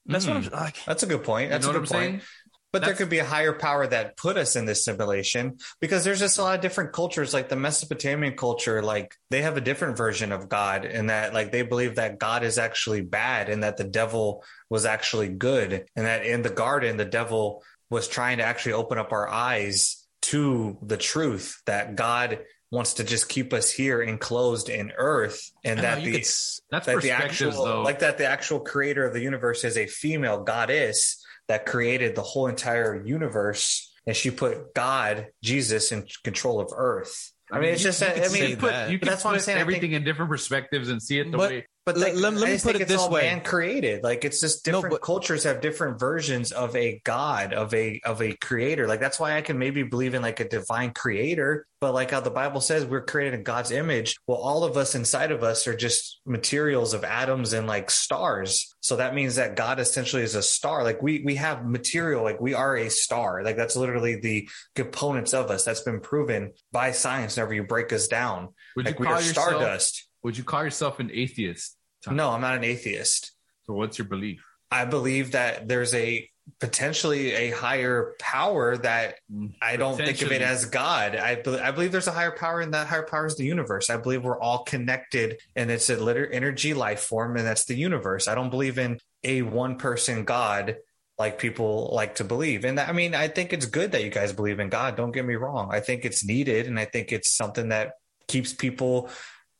That's what
Hmm.
I'm like.
That's a good point. That's
you know
a
what
good
I'm
point.
saying?
But there
That's-
could be a higher power that put us in this simulation because there's just a lot of different cultures, like the Mesopotamian culture, like they have a different version of God in that, like they believe that God is actually bad and that the devil was actually good, and that in the garden the devil was trying to actually open up our eyes to the truth that God wants to just keep us here enclosed in earth, and
I
that
know,
the
you could s-
That's
that the
perspectives,
actual
though.
like that the actual creator of the universe is a female goddess that created the whole entire universe and she put god jesus in control of earth i mean it's
you-
just
you
that
could
i mean
say
put-
that. you can
that's
put
what I'm saying, I think-
everything in different perspectives and see it the
But
way
But like,
let- let
I
me
just
put
think
it
it's
this
all
way.
man created. Like it's just different cultures have different versions of a god, of a of a creator. Like that's why I can maybe believe in like a divine creator, but like how the Bible says we're created in God's image. Well, all of us inside of us are just materials of atoms and like stars. So that means that God essentially is a star. Like we we have material, like we are a star. Like that's literally the components of us. That's been proven by science whenever you break us down.
Would
like
you
we
call
are
yourself-
stardust.
Would you call yourself an atheist?
No, I'm not an atheist.
So what's your belief?
I believe that there's a potentially a higher power that I don't think of it
Potentially.
as God. I, be- I believe there's a higher power, and that higher power is the universe. I believe we're all connected, and it's a liter- energy life form, and that's the universe. I don't believe in a one person God like people like to believe. And I mean, I think it's good that you guys believe in God. Don't get me wrong. I think it's needed, and I think it's something that keeps people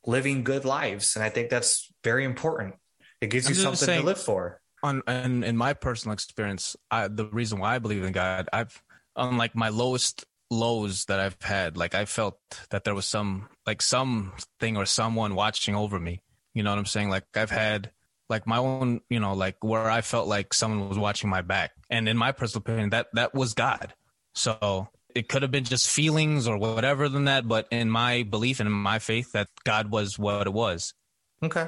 living good lives. And I think that's very important. It gives
I'm
you
just
something
saying-
to live for.
on and in my personal experience, I, the reason why I believe in God, I've on like my lowest lows that I've had, like I felt that there was some like something or someone watching over me. You know what I'm saying? Like I've had like my own, you know, like where I felt like someone was watching my back. And in my personal opinion, that that was God. So it could have been just feelings or whatever than that, but in my belief and in my faith that God was what it was.
Okay.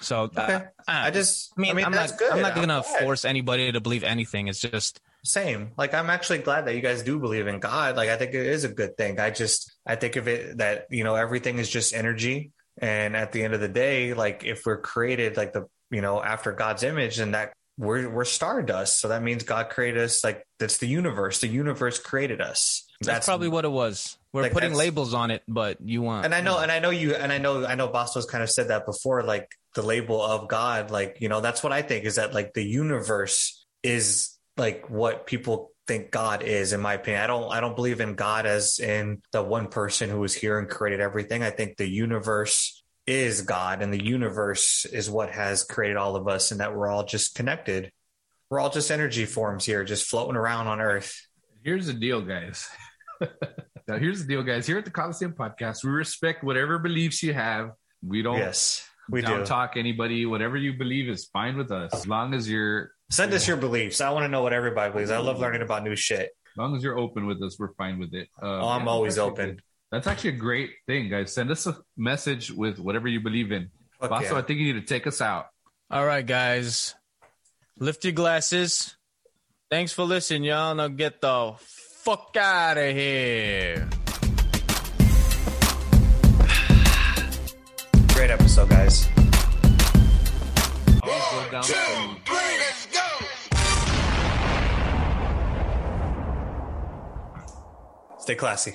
So
Okay. I just-
I mean,
Uh, I mean,
I'm
that's
not,
good.
I'm not
I'm
gonna
glad.
force anybody to believe anything. It's just
Same. Like I'm actually glad that you guys do believe in God. Like I think it is a good thing. I just I think of it that you know everything is just energy, and at the end of the day, like if we're created like the you know after God's image, and that we're we're stardust, so that means God created us. Like that's the universe. The universe created us.
that's, probably what it was. We're
Like,
putting
that's-
labels on it, but you want
And I
Hmm.
know, and I know you, and I know, I know Bosco's kind of said that before, like the label of God, like, you know, that's what I think is that like the universe is like what people think God is, in my opinion. I don't, I don't believe in God as in the one person who was here and created everything. I think the universe is God and the universe is what has created all of us and that we're all just connected. We're all just energy forms here, just floating around on earth.
Here's the deal, guys. now, here's the deal, guys. Here at the Coliseum Podcast, we respect whatever beliefs you have. We don't
Yes, we do.
down talk anybody. Whatever you believe is fine with us, as long as you're
Send us your beliefs. I want to know what everybody believes. I love learning about new shit.
as long as you're open with us, we're fine with it. Uh,
Oh, I'm
yeah,
always
that's
open.
actually- That's actually a great thing, guys. Send us a message with whatever you believe in.
Fuck
Basso,
yeah.
I think you need to take us out.
All right, guys. Lift your glasses. Thanks for listening, y'all. Now get the fuck out of here.
Great episode, guys. Stay classy.